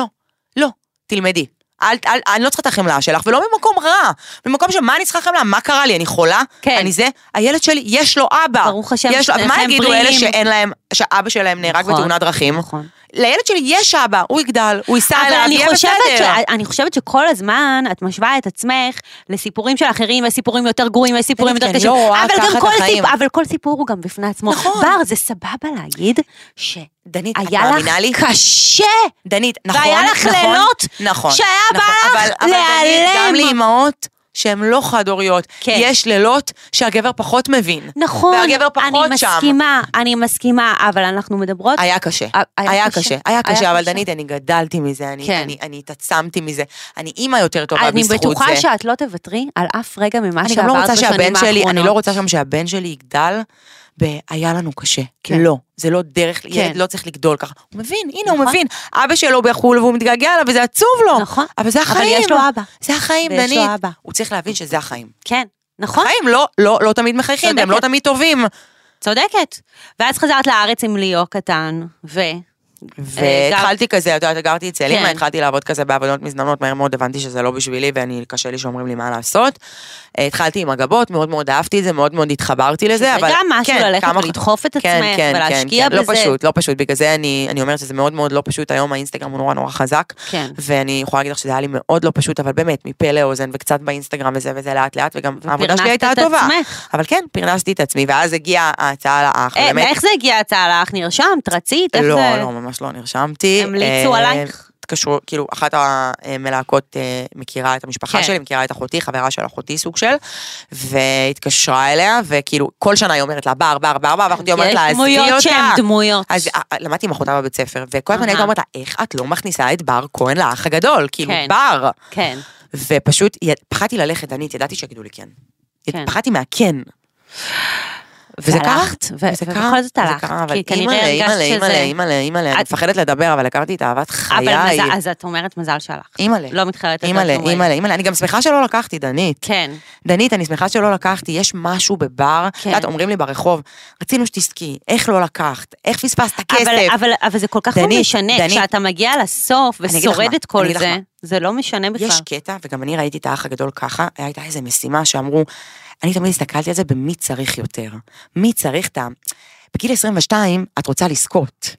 S2: לא, תלמדי. אל, אל, אני לא צריכה את החמלה שלך, ולא ממקום רע. ממקום שמה אני צריכה חמלה? מה קרה לי? אני חולה?
S1: כן.
S2: אני זה? הילד שלי, יש לו אבא.
S1: ברוך השם,
S2: יש לו- אז מה
S1: שניכם
S2: יגידו אלה
S1: בריאים.
S2: שאין להם, שאבא שלהם נהרג
S1: נכון,
S2: בתאונת דרכים?
S1: נכון.
S2: לילד שלי יש אבא, הוא יגדל, הוא ייסע
S1: אבל
S2: אליו,
S1: אני
S2: יהיה
S1: חושבת,
S2: בסדר.
S1: ש... אני חושבת שכל הזמן את משווה את עצמך לסיפורים של אחרים, יש סיפורים יותר גרועים, יש סיפורים
S2: תגיד,
S1: יותר
S2: כי
S1: קשים.
S2: אני לא רואה
S1: אבל
S2: ככה
S1: גם
S2: את
S1: כל
S2: החיים.
S1: סיפ- אבל כל סיפור הוא גם בפני עצמו.
S2: נכון.
S1: בר, זה סבבה להגיד שהיה
S2: דנית, את
S1: לך
S2: מאמינה לי?
S1: קשה.
S2: דנית, נכון,
S1: והיה לך
S2: נכון,
S1: לילות
S2: נכון,
S1: שהיה בא
S2: נכון,
S1: לך
S2: אבל, אבל דנית, גם
S1: להיעלם.
S2: לאימהות שהן לא חד-הוריות,
S1: כן.
S2: יש לילות שהגבר פחות מבין.
S1: נכון,
S2: והגבר פחות
S1: אני
S2: שם.
S1: מסכימה, אני מסכימה, אבל אנחנו מדברות...
S2: היה קשה,
S1: אה, היה
S2: היה
S1: קשה.
S2: קשה, היה
S1: היה
S2: קשה, אבל
S1: קשה.
S2: דנית, אני גדלתי מזה, אני-
S1: כן.
S2: אני- אני התעצמתי מזה, אני אימא יותר טובה
S1: אני
S2: בזכות זה.
S1: בטוחה שאת לא תוותרי על אף רגע ממה
S2: אני גם
S1: שעברת
S2: לא רוצה
S1: בשנים האחרונות.
S2: שהבן שלי, אני לא רוצה גם שהבן שלי יגדל ב"היה לנו קשה".
S1: כן.
S2: לא, זה לא דרך, ילד לא צריך לגדול ככה. הוא מבין, הנה הוא
S1: נכון.
S2: מבין. אבא שלו בחו"ל והוא מתגעגע אליו וזה עצוב לו.
S1: נכון.
S2: אבל זה
S1: אבל
S2: החיים.
S1: יש לו אבא.
S2: זה החיים,
S1: ויש לו
S2: דנית.
S1: אבא.
S2: הוא צריך להבין שזה החיים.
S1: כן, נכון,
S2: החיים לא- לא לא תמיד מחייכים, והם לא
S1: צודקת.
S2: תמיד טובים.
S1: צודקת. ואז חזרת לארץ עם ליאו קטן, ו... אה, גר-
S2: והתחלתי כזה, את יודעת, גרתי אצל
S1: כן.
S2: אמא, התחלתי לעבוד כזה בעבודות מזדמנות, מהר מאוד הבנתי שזה לא בשבילי ואני, קשה לי שאומרים לי מה לעשות. אה, התחלתי עם הגבות, מאוד מאוד אהבתי את זה, מאוד מאוד התחברתי לזה,
S1: שזה
S2: אבל...
S1: גם משהו
S2: כן,
S1: ללכת
S2: כמה-
S1: ולדחוף את
S2: כן,
S1: עצמך
S2: כן,
S1: ולהשקיע
S2: כן, כן.
S1: בזה.
S2: לא פשוט, לא פשוט, בגלל זה אני, אני אומרת שזה מאוד מאוד לא פשוט, היום האינסטגרם הוא נורא נורא חזק,
S1: כן.
S2: ואני יכולה להגיד לך שזה היה לי מאוד לא פשוט, אבל באמת, מפה לאוזן וקצת באינסטגרם וזה וזה לאט לאט, וגם העבודה שלי הייתה
S1: ופרנסת את
S2: טובה.
S1: עצמך.
S2: אבל כן, פרנסתי את עצמי, ואז הגיעה ההצעה לאח,
S1: אה,
S2: באמת.
S1: איך זה הגיע הצעה לך? נרשמת? רצית? איך
S2: לא,
S1: זה?
S2: לא, ממש לא נרשמתי.
S1: המליצו
S2: אה,
S1: עלייך?
S2: התקשרו, כאילו, אחת המלהקות אה, מכירה את המשפחה
S1: כן.
S2: שלי, מכירה את אחותי, חברה של אחותי סוג של, והתקשרה אליה, וכאילו, כל שנה היא אומרת לה, בר, בר, בר, בר, ואחותי אומרת לה,
S1: יש
S2: עזבי אותה.
S1: דמויות שהן דמויות.
S2: אז אה, אה, למדתי עם אחותה בבית ספר, וכל הזמן
S1: אהה.
S2: הייתה אומרת לה, איך את לא מכניסה את בר כהן לאח הגדול? כאילו,
S1: כן.
S2: בר.
S1: כן.
S2: ופשוט י- פחדתי ללכת, דנית, ידעתי שיגידו לי כן.
S1: כן.
S2: פחדתי מהכן. וזה קרה,
S1: והלכת, ו-
S2: וזה
S1: ובכל
S2: קרה,
S1: זאת
S2: וזה
S1: הלכת,
S2: קרה, אבל
S1: כי כנראה
S2: אימא'לה,
S1: הרגשת
S2: אימא'לה,
S1: שזה-
S2: אימא'לה, אימא'לה, אימא'לה, אני
S1: את-
S2: מפחדת לדבר, אבל הכרתי את אהבת
S1: אבל
S2: חיי.
S1: מזל, אז את אומרת מזל שהלכת.
S2: אימא'לה.
S1: לא מתחרטת. על
S2: אימא'לה,
S1: כלום.
S2: אימא'לה, אימא'לה, אני גם שמחה שלא לקחתי, דנית.
S1: כן.
S2: דנית, אני שמחה שלא לקחתי, יש משהו בבר, את
S1: כן.
S2: יודעת, אומרים לי ברחוב, רצינו שתסקי, איך לא לקחת, איך פספסת כסף.
S1: אבל, אבל, אבל זה כל כך
S2: דנית,
S1: לא משנה,
S2: דנית.
S1: כשאתה מגיע לסוף
S2: אני אגיד לך
S1: ושורד
S2: מה,
S1: את כל
S2: אני אגיד לך
S1: זה,
S2: מה.
S1: זה לא משנה בכלל.
S2: יש קטע, וגם אני ראיתי את האח הגדול ככה, הייתה איזו משימה שאמרו, אני תמיד הסתכלתי על זה במי צריך יותר. מי צריך את ה... בגיל 22 את רוצה לזכות.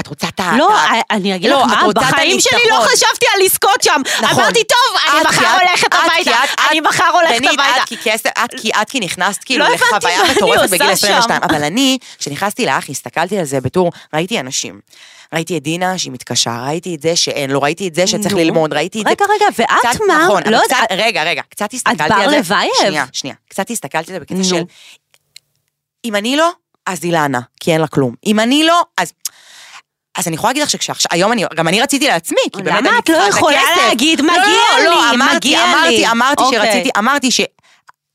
S2: את רוצה את ה...
S1: לא,
S2: את ה-
S1: אני אגיד
S2: לא,
S1: לך
S2: את
S1: מה,
S2: רוצה את
S1: בחיים שלי לא
S2: הניצחון.
S1: חשבתי על לזכות שם.
S2: נכון.
S1: אמרתי, טוב, אני
S2: את כי
S1: מחר
S2: את-
S1: הולכת
S2: את כי
S1: הביתה.
S2: את-
S1: אני
S2: את-
S1: מחר הולכת
S2: דנית,
S1: הביתה. לא
S2: את כי כסף, את כי את כי נכנסת כאילו
S1: הבנתי
S2: לחוויה
S1: מה אני
S2: מטורפת
S1: עושה
S2: בגיל 22,
S1: שם.
S2: אבל אני, כשנכנסתי לאח, הסתכלתי על זה בתור, ראיתי אנשים. ראיתי את דינה שהיא מתקשה, ראיתי את זה שאין לו, ראיתי את זה שצריך
S1: נו.
S2: ללמוד, ראיתי את זה.
S1: רגע, רגע, ואת
S2: קצת,
S1: מה?
S2: נכון,
S1: לא
S2: אבל קצת,
S1: יודעת-
S2: רגע, רגע, קצת הסתכלתי על
S1: בר
S2: זה.
S1: לבייב.
S2: שנייה, שנייה. קצת הסתכלתי על זה
S1: נו.
S2: בקטע של... אם אני לא, אז אילנה, כי אין לה כלום. אם אני לא, אז... אז אני יכולה להגיד לך שכשהיום אני, גם אני רציתי לעצמי, כי באמת אני
S1: למה את לא
S2: צריכה את
S1: יכולה
S2: הכסף.
S1: להגיד,
S2: לא,
S1: "מגיע
S2: לא, לא,
S1: לי,
S2: אמרתי,
S1: מגיע
S2: אמרתי,
S1: לי"?
S2: אמרתי
S1: אוקיי.
S2: שרציתי, אמרתי ש...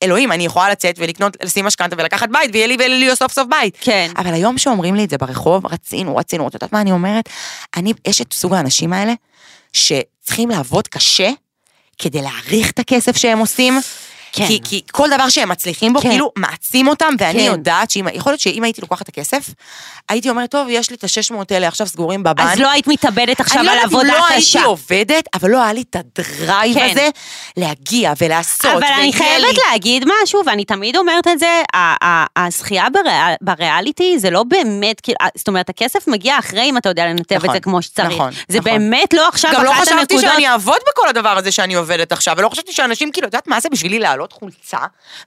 S2: אלוהים, אני יכולה לצאת ולקנות, לשים משכנתה ולקחת בית, ויהיה לי ויהיה לי סוף סוף בית.
S1: כן.
S2: אבל היום שאומרים לי את זה ברחוב, רצינו, רצינו, את יודעת מה אני אומרת? אני, יש את סוג האנשים האלה, שצריכים לעבוד קשה כדי להעריך את הכסף שהם עושים.
S1: כן.
S2: כי, כי כל דבר שהם מצליחים בו,
S1: כן.
S2: כן. כאילו מעצים אותם, ואני
S1: כן.
S2: כן. יודעת שאם, יכול להיות שאם הייתי לוקחת את הכסף, הייתי אומרת, טוב, יש לי את ה-600 האלה עכשיו סגורים בבנק.
S1: אז לא היית מתאבדת עכשיו
S2: אני
S1: על
S2: לא יודעת אם
S1: עבודה
S2: לא
S1: קשה.
S2: הייתי עובדת, אבל לא היה לי את הדרייב
S1: כן.
S2: הזה להגיע ולעשות.
S1: אבל אני
S2: ויהיה לי.
S1: חייבת להגיד משהו, ואני תמיד אומרת את זה, ה- ה- הזכייה בריאל- בריאליטי זה לא באמת, כאילו, זאת אומרת, הכסף מגיע אחרי אם אתה יודע לנתב את
S2: נכון,
S1: זה כמו שצריך.
S2: נכון,
S1: זה
S2: נכון.
S1: באמת לא עכשיו
S2: גם לא
S1: אחת
S2: חשבתי
S1: הנקודות.
S2: שאני אעבוד בכל הדבר הזה שאני עובדת עכשיו, ולא חשבתי שאנשים, כאילו, את יודעת מה זה בשבילי להעלות חולצה,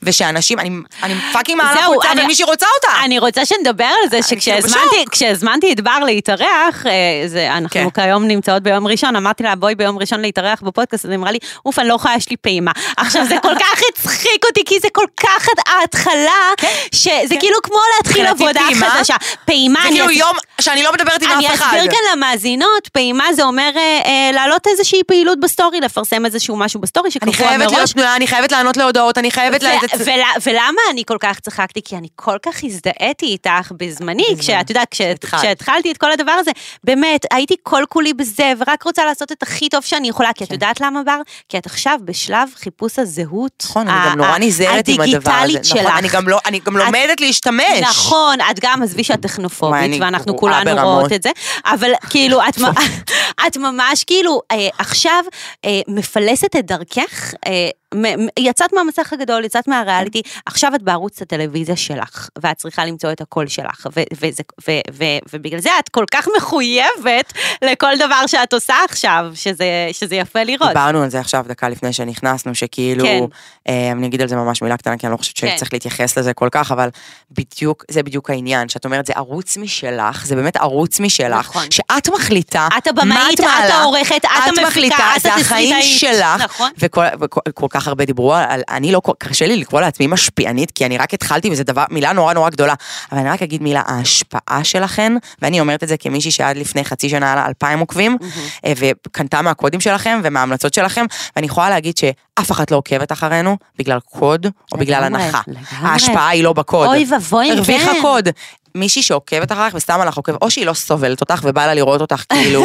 S2: ושאנשים, אני אני פאקינג מעלה
S1: זהו,
S2: חולצה,
S1: אני-
S2: אבל מישהי רוצה אותה.
S1: אני רוצה שנדבר על זה
S2: אה,
S1: שכשהזמנתי
S2: בשוק.
S1: כשהזמנתי את בר להתארח, אה, זה,
S2: כן.
S1: אנחנו כיום נמצאות ביום ראשון, אמרתי לה בואי ביום ראשון להתארח בפודקאסט, אז היא אמרה לי, אוף, אני לא יכולה, יש לי פעימה. עכשיו זה כל כך הצחיק אותי, כי זה כל כך ההתחלה, שזה כאילו כמו להתחיל
S2: כן, מבחינתי
S1: עבודה
S2: פעימה,
S1: חדשה. פעימה,
S2: זה
S1: אני
S2: כאילו
S1: אעשה-
S2: יום שאני לא מדברת עם
S1: אני
S2: אף אחד.
S1: אסביר כאן למאזינות, פעימה זה אומר אה, אה, להעלות איזושהי פעילות בסטורי, לפרסם איזשהו משהו בסטורי
S2: אני
S1: שקבוע
S2: חייבת להיות
S1: מראש.
S2: פנויה, אני חייבת לענות להודעות, אני חייבת... לה-
S1: נכון, ו- ולה- ולמה אני כל כך צחקתי? כי אני כל כך הזדהיתי איתך בזמני, כשאת יודעת, כש-
S2: התחלת.
S1: כשהתחלתי את כל הדבר הזה, באמת, הייתי כל כולי בזה, ורק רוצה לעשות את הכי טוב שאני יכולה,
S2: כן.
S1: כי את יודעת למה, בר? כי את עכשיו בשלב חיפוש הזהות
S2: נכון,
S1: ה-
S2: אני גם
S1: ה-
S2: נורא נזהרת עם הדבר הזה.
S1: הדיגיטלית
S2: נכון,
S1: שלך.
S2: אני גם לא- אני גם
S1: את-
S2: לומדת להשתמש.
S1: נכון, את גם, עזבי שאת
S2: וואי,
S1: טכנופובית,
S2: אני
S1: ואנחנו
S2: גרועה
S1: כולנו
S2: ברמות.
S1: רואות את זה, אבל כאילו, את, מ- את ממש כאילו אה, עכשיו אה, מפלסת את דרכך, אה, מ- מ- יצאת מהמסך הגדול, יצאת מהריאליטי, עכשיו את בערוץ הטלוויזיה שלך, ואת צריכה למצוא את הקול שלך, ו- וזה- ו- ו- ובגלל זה את כל כך מחויבת לכל דבר שאת עושה עכשיו, שזה, שזה יפה לראות.
S2: דיברנו על זה עכשיו דקה לפני שנכנסנו, שכאילו,
S1: כן.
S2: אה, אני אגיד על זה ממש מילה קטנה, כי אני לא חושבת
S1: כן.
S2: שצריך להתייחס לזה כל כך, אבל בדיוק, זה בדיוק העניין, שאת אומרת, זה ערוץ משלך, זה באמת ערוץ משלך,
S1: נכון.
S2: שאת מחליטה
S1: את הבמאית,
S2: מה
S1: את
S2: מעלה,
S1: העורכת, את המפיקה,
S2: מחליטה,
S1: את
S2: זה החיים
S1: התסריטאית.
S2: שלך,
S1: נכון.
S2: וכל, וכל כל כך הרבה דיברו על, על אני לא, כל- קשה לי לקרוא לעצמי משפיענית, כי אני רק התחלתי, וזו דבר, מילה נורא נורא גדולה, אבל אני רק אגיד מילה, ההשפעה שלכן, ואני אומרת את זה כמישהי שעד לפני חצי שנה היה לה אלפיים עוקבים, אה, וקנתה מהקודים שלכם ומההמלצות שלכם, ואני יכולה להגיד שאף אחת לא עוקבת אחרינו, בגלל קוד או בגלל
S1: לגמרי,
S2: הנחה.
S1: לגמרי.
S2: ההשפעה היא לא בקוד.
S1: אוי ואבוי, כן.
S2: הרוויחה קוד. מישהי שעוקבת אחריך ושמה לך עוקב, או שהיא לא סובלת אותך ובא לה לראות אותך כאילו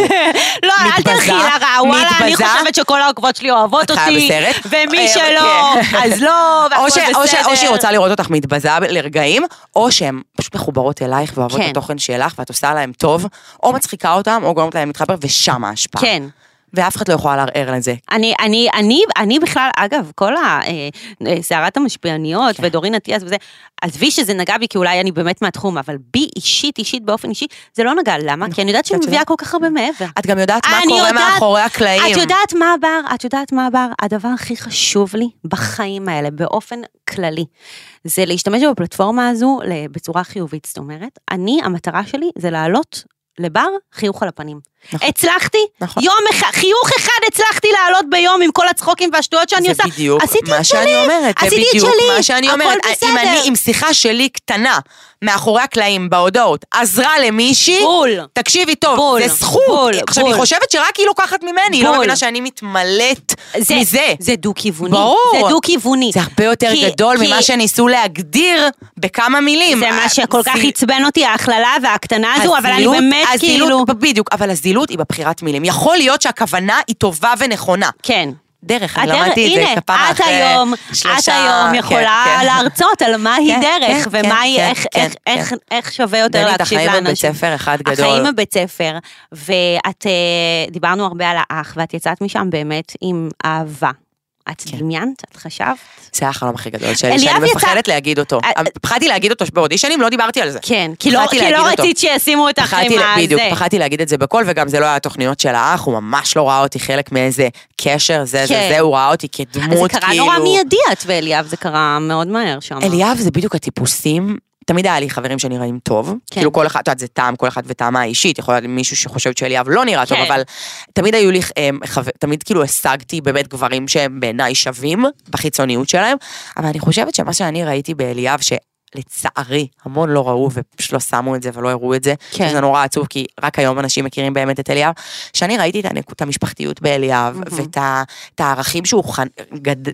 S1: לא, אל
S2: מתבזה,
S1: תלכי לרע, וואלה, אני
S2: מתבזה.
S1: חושבת שכל העוקבות שלי אוהבות
S2: את חיה
S1: אותי,
S2: בסרט?
S1: ומי
S2: אה,
S1: שלא,
S2: כן.
S1: אז לא, והכל
S2: או, ש, או, ש,
S1: בסדר.
S2: או שהיא רוצה לראות אותך מתבזה ב- לרגעים, או שהן פשוט מחוברות אלייך ואוהבות
S1: כן.
S2: את התוכן שלך ואת עושה להם טוב, או מצחיקה אותם, או גורמת להם להתחבר, ושם ההשפעה.
S1: כן.
S2: ואף אחד לא יכולה לערער על זה.
S1: אני, אני, אני, אני בכלל, אגב, כל הסערת המשפיעניות
S2: כן.
S1: ודורין אטיאס וזה, עזבי שזה נגע בי, כי אולי אני באמת מהתחום, אבל בי אישית, אישית, באופן אישי, זה לא נגע, למה? כי אני יודעת שאני
S2: את
S1: מביאה כל כך הרבה מעבר.
S2: את גם יודעת מה
S1: אני
S2: קורה
S1: יודעת-
S2: מאחורי הקלעים.
S1: את יודעת מה הבר, את יודעת מה הבר, הדבר הכי חשוב לי בחיים האלה, באופן כללי, זה להשתמש בפלטפורמה הזו ל- בצורה חיובית. זאת אומרת, אני, המטרה שלי זה לעלות לבר חיוך על הפנים.
S2: נכון.
S1: הצלחתי,
S2: נכון.
S1: יום אחד, חיוך אחד הצלחתי לעלות ביום עם כל הצחוקים והשטויות שאני עושה.
S2: זה בדיוק
S1: עשיתי
S2: מה
S1: את
S2: שאני
S1: שלי,
S2: אומרת, זה
S1: עשיתי את
S2: בדיוק
S1: שלי,
S2: מה שאני
S1: הכל
S2: אומרת. אם
S1: בסדר.
S2: אני עם שיחה שלי קטנה, מאחורי הקלעים, בהודעות, עזרה למישהי,
S1: בול.
S2: תקשיבי טוב,
S1: בול,
S2: זה זכות.
S1: בול,
S2: עכשיו,
S1: בול.
S2: היא חושבת שרק היא לוקחת ממני, היא לא
S1: בול.
S2: מבינה שאני מתמלאת
S1: זה,
S2: מזה.
S1: זה דו-כיווני.
S2: ברור.
S1: זה דו-כיווני.
S2: זה הרבה יותר
S1: כי-
S2: גדול
S1: כי-
S2: ממה שניסו להגדיר בכמה מילים.
S1: זה מה שכל כך
S2: הזיל-
S1: עצבן אותי, ההכללה והקטנה הזו, אבל אני
S2: אה, הזילות-
S1: באמת
S2: הזילות-
S1: כאילו...
S2: בדיוק, אבל הזילות היא בבחירת מילים. יכול להיות שהכוונה היא טובה ונכונה.
S1: כן.
S2: דרך, אני
S1: הדרך-
S2: למדתי את זה
S1: הנה,
S2: כפרה
S1: את
S2: אחרי
S1: היום, את
S2: שלושה-
S1: היום
S2: כן,
S1: יכולה
S2: כן.
S1: להרצות על מהי
S2: כן,
S1: דרך,
S2: כן,
S1: ומה היא,
S2: כן,
S1: איך-
S2: כן,
S1: איך-
S2: כן.
S1: איך- איך שווה יותר
S2: דנית,
S1: להקשיב
S2: החיים בבית
S1: לאנשים.
S2: ספר אחד גדול.
S1: החיים בבית ספר, ואת, אה, דיברנו הרבה על האח, ואת יצאת משם באמת עם אהבה. את
S2: כן.
S1: דמיינת? את חשבת?
S2: זה החלום הכי גדול שלי,
S1: אליאב
S2: שאני
S1: יצא-
S2: מפחדת להגיד אותו.
S1: אה,
S2: פחדתי להגיד אותו באודישנים, לא דיברתי על זה.
S1: כן, כי לא-
S2: פחדתי
S1: כי לא
S2: להגיד אותו.
S1: רצית שישימו אותך עם
S2: פחדתי,
S1: הזה.
S2: בדיוק, פחדתי להגיד את זה בקול, וגם זה לא היה התוכניות של האח, הוא ממש לא ראה אותי חלק מאיזה קשר, זה,
S1: כן.
S2: זה, זה, הוא ראה אותי
S1: אז זה
S2: כדמות,
S1: קרה
S2: כאילו...
S1: נורא מיידי את ואליאב, זה קרה מאוד מהר שם.
S2: אליאב זה בדיוק הטיפוסים. תמיד היה לי חברים שנראים טוב,
S1: כן.
S2: כאילו כל אחד, את יודעת, זה טעם, כל אחד וטעמה האישית, יכול להיות מישהו שחושבת שאליאב לא נראה טוב,
S1: כן.
S2: אבל תמיד היו לי, אמ, חבר- תמיד כאילו השגתי באמת גברים שהם בעיניי שווים בחיצוניות שלהם, אבל אני חושבת שמה שאני ראיתי באליאב, שלצערי המון לא ראו ופשוט לא שמו את זה ולא הראו את זה,
S1: כן.
S2: שזה נורא עצוב, כי רק היום אנשים מכירים באמת את אליאב, שאני ראיתי את, הנק... את המשפחתיות באליאב, ואת ה- את הערכים שהוא חנ... גד...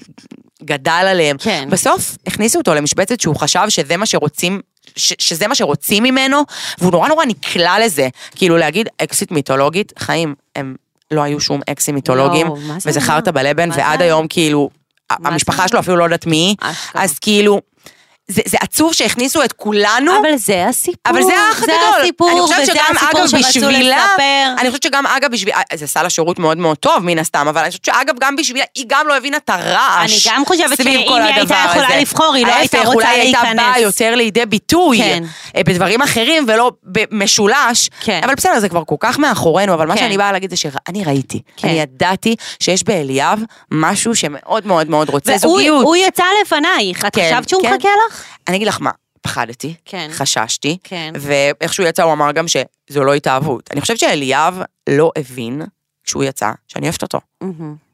S2: גדל עליהם.
S1: כן.
S2: בסוף הכניסו אותו למשבצת שהוא חשב שזה מה שרוצים. ש- שזה מה שרוצים ממנו, והוא נורא נורא נקלע לזה. כאילו להגיד אקסיט מיתולוגית, חיים, הם לא היו שום אקסים מיתולוגים,
S1: יואו, לא, מה זה
S2: וזה
S1: היה?
S2: חרטא בלבן,
S1: מה זה
S2: ועד
S1: היה?
S2: היום כאילו,
S1: מה זה
S2: המשפחה
S1: היה?
S2: שלו אפילו לא יודעת מי, היא,
S1: אשכרה.
S2: אז כאילו, זה זה עצוב שהכניסו את כולנו.
S1: אבל זה הסיפור.
S2: אבל זה האח הגדול.
S1: הסיפור,
S2: אני חושבת
S1: וזה
S2: שגם,
S1: הסיפור
S2: אגב,
S1: שרצו
S2: בשבילה,
S1: לספר.
S2: אני חושבת שגם אגב בשבילה, אה, זה סל השירות מאוד מאוד טוב מן הסתם, אבל אני חושבת שאגב גם בשבילה, היא גם לא הבינה את
S1: אני
S2: הרעש.
S1: גם חושבת
S2: סביב
S1: שאם
S2: כל
S1: היא הייתה
S2: הדבר
S1: יכולה
S2: הזה.
S1: לבחור, היא לא הייתה
S2: ההפך,
S1: רוצה
S2: אולי היא הייתה
S1: להיכנס.
S2: באה יותר לידי ביטוי,
S1: כן.
S2: אה, בדברים אחרים ולא במשולש,
S1: כן.
S2: אבל בסדר, זה כבר כל כך מאחורינו, אבל מה
S1: כן.
S2: שאני באה להגיד זה שאני ראיתי,
S1: כן.
S2: אני ידעתי שיש באליאב משהו שמאוד מאוד מאוד רוצה
S1: והוא-
S2: זוגיות.
S1: הוא יצא לפנייך, את
S2: כן,
S1: חשבת שהוא
S2: כן.
S1: מחכה לך?
S2: אני אגיד לך מה, פחדתי,
S1: כן.
S2: חששתי,
S1: כן.
S2: ואיכשהו יצא הוא אמר גם שזו לא התאהבות. אני חושבת שאליאב לא הבין, כשהוא יצא, שאני אוהבת אותו.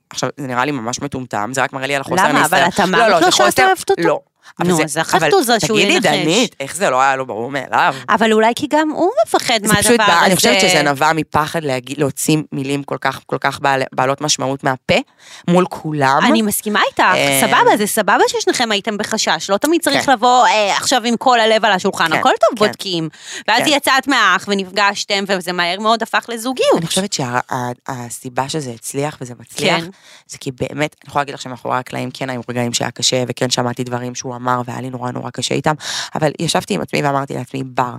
S2: עכשיו, זה נראה לי ממש מטומטם, זה רק מראה לי על החוסר
S1: למה?
S2: ניסיון. לא,
S1: אבל את אמרת לו
S2: זה
S1: שאת
S2: חוסר-
S1: אוהבת אותו?
S2: לא. אבל
S1: נו,
S2: זה-
S1: אז אחת
S2: אבל
S1: תוזה שהוא ינחש.
S2: תגידי, דנית, איך זה לא היה לו ברור מאליו?
S1: אבל אולי כי גם הוא מפחד
S2: זה
S1: מהדבר הזה.
S2: פשוט, בא, אני חושבת שזה נבע מפחד להגיד, להוציא מילים כל כך, כל כך בעל, בעלות משמעות מהפה, מול כולם.
S1: אני מסכימה איתך,
S2: אה,
S1: סבבה, זה סבבה ששניכם הייתם בחשש, לא תמיד צריך
S2: כן.
S1: לבוא אה, עכשיו עם כל הלב על השולחן,
S2: כן,
S1: הכל טוב
S2: כן.
S1: בודקים. ואז
S2: כן.
S1: יצאת מהאח ונפגשתם, וזה מהר מאוד הפך לזוגיות.
S2: אני חושבת שהסיבה שזה הצליח וזה מצליח,
S1: כן.
S2: זה כי באמת, אני יכולה להגיד לך שמאחורי הקלעים כן היו רגעים שהיה קשה, וכן שמעתי דברים שהוא אמר, והיה לי נורא נורא קשה איתם, אבל ישבתי עם עצמי ואמרתי לעצמי, בר,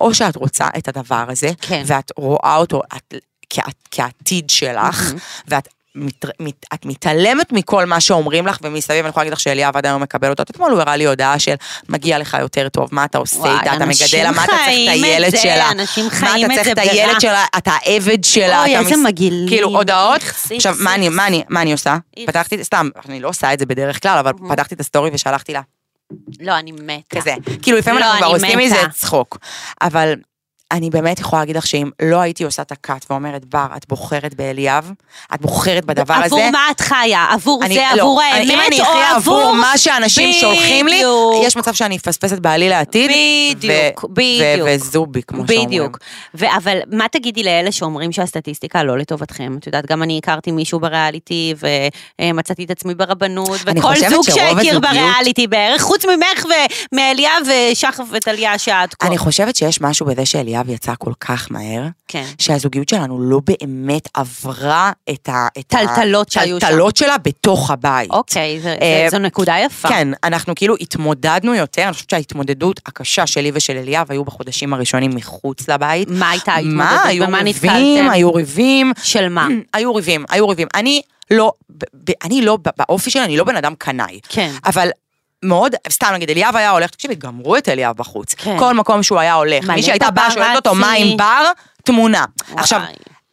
S2: או שאת רוצה את הדבר הזה,
S1: כן.
S2: ואת רואה אותו את, כעת- כעתיד שלך,
S1: מהמם.
S2: ואת... מתר- מת- את מתעלמת מכל מה שאומרים לך ומסביב, אני יכולה להגיד לך שאליאב עד היום מקבל אותות. אתמול הוא הראה לי הודעה של מגיע לך יותר טוב, מה אתה עושה
S1: וואי,
S2: איתה, אתה
S1: אנשים
S2: מגדל, לה, מה אתה צריך את
S1: חיים את
S2: הילד
S1: זה,
S2: שלה,
S1: אנשים
S2: מה
S1: חיים
S2: אתה
S1: את
S2: צריך
S1: זה
S2: את
S1: ברע.
S2: הילד שלה, אתה העבד שלה,
S1: אוי,
S2: אתה
S1: איזה
S2: מס-
S1: מגעילים.
S2: כאילו הודעות,
S1: איכס,
S2: עכשיו
S1: איכס,
S2: מה אני, מה אני, מה אני עושה?
S1: איכס.
S2: פתחתי, סתם, אני לא עושה את זה בדרך כלל, אבל
S1: מהמם.
S2: פתחתי את הסטורי ושלחתי לה
S1: לא, אני מתה.
S2: כזה. כאילו לפעמים
S1: לא,
S2: אנחנו כבר
S1: אני
S2: עושים
S1: מתה.
S2: מזה צחוק. אבל אני באמת יכולה להגיד לך שאם לא הייתי עושה את הקאט ואומרת, בר, את בוחרת באליאב, את בוחרת בדבר הזה.
S1: עבור מה את חיה? עבור
S2: אני-
S1: זה,
S2: לא,
S1: עבור
S2: אני-
S1: האמת,
S2: אם אני
S1: או
S2: אחיה
S1: עבור...
S2: עבור מה שאנשים שולחים לי,
S1: בדיוק.
S2: יש מצב שאני אפספס את בעלי לעתיד.
S1: בדיוק,
S2: ו-
S1: בדיוק.
S2: ו- וזובי, כמו שאומרים.
S1: בדיוק. ו- אבל מה תגידי לאלה שאומרים שהסטטיסטיקה לא לטובתכם? את יודעת, גם אני הכרתי מישהו בריאליטי, ומצאתי את עצמי ברבנות,
S2: אני
S1: וכל
S2: חושבת
S1: זוג
S2: שרוב
S1: שהכיר
S2: הזוגיות-
S1: בריאליטי בערך, חוץ ממך ומאליה ושחף וטליה שאת כה.
S2: אני חושבת שיש משהו בזה שאליאב יצא כל כך מהר,
S1: כן.
S2: שהזוגיות שלנו לא באמת עברה את ה... את ה-
S1: טלטלות שהיו שם.
S2: טלטלות שלה בתוך הבית.
S1: אוקיי, זה-
S2: אה,
S1: זו נקודה יפה.
S2: כן, אנחנו כאילו התמודדנו יותר, אני חושבת שההתמודדות הקשה שלי ושל אליאב היו בחודשים הראשונים מחוץ לבית.
S1: מה הייתה
S2: מה,
S1: ההתמודדות?
S2: היו
S1: במה
S2: ריבים,
S1: נתקלתם?
S2: היו ריבים,
S1: של מה?
S2: היו ריבים, היו ריבים. אני לא, ב- ב- אני לא, ב- באופי שלי, אני לא בן אדם קנאי.
S1: כן.
S2: אבל מאוד, סתם נגיד, אליאב היה הולך, תקשיבי, גמרו את אליאב בחוץ.
S1: כן.
S2: כל מקום שהוא היה הולך.
S1: מלא
S2: מי שהייתה באה שואלת אותו, מה
S1: פפראצי."
S2: עם בר? תמונה.
S1: וואי.
S2: עכשיו,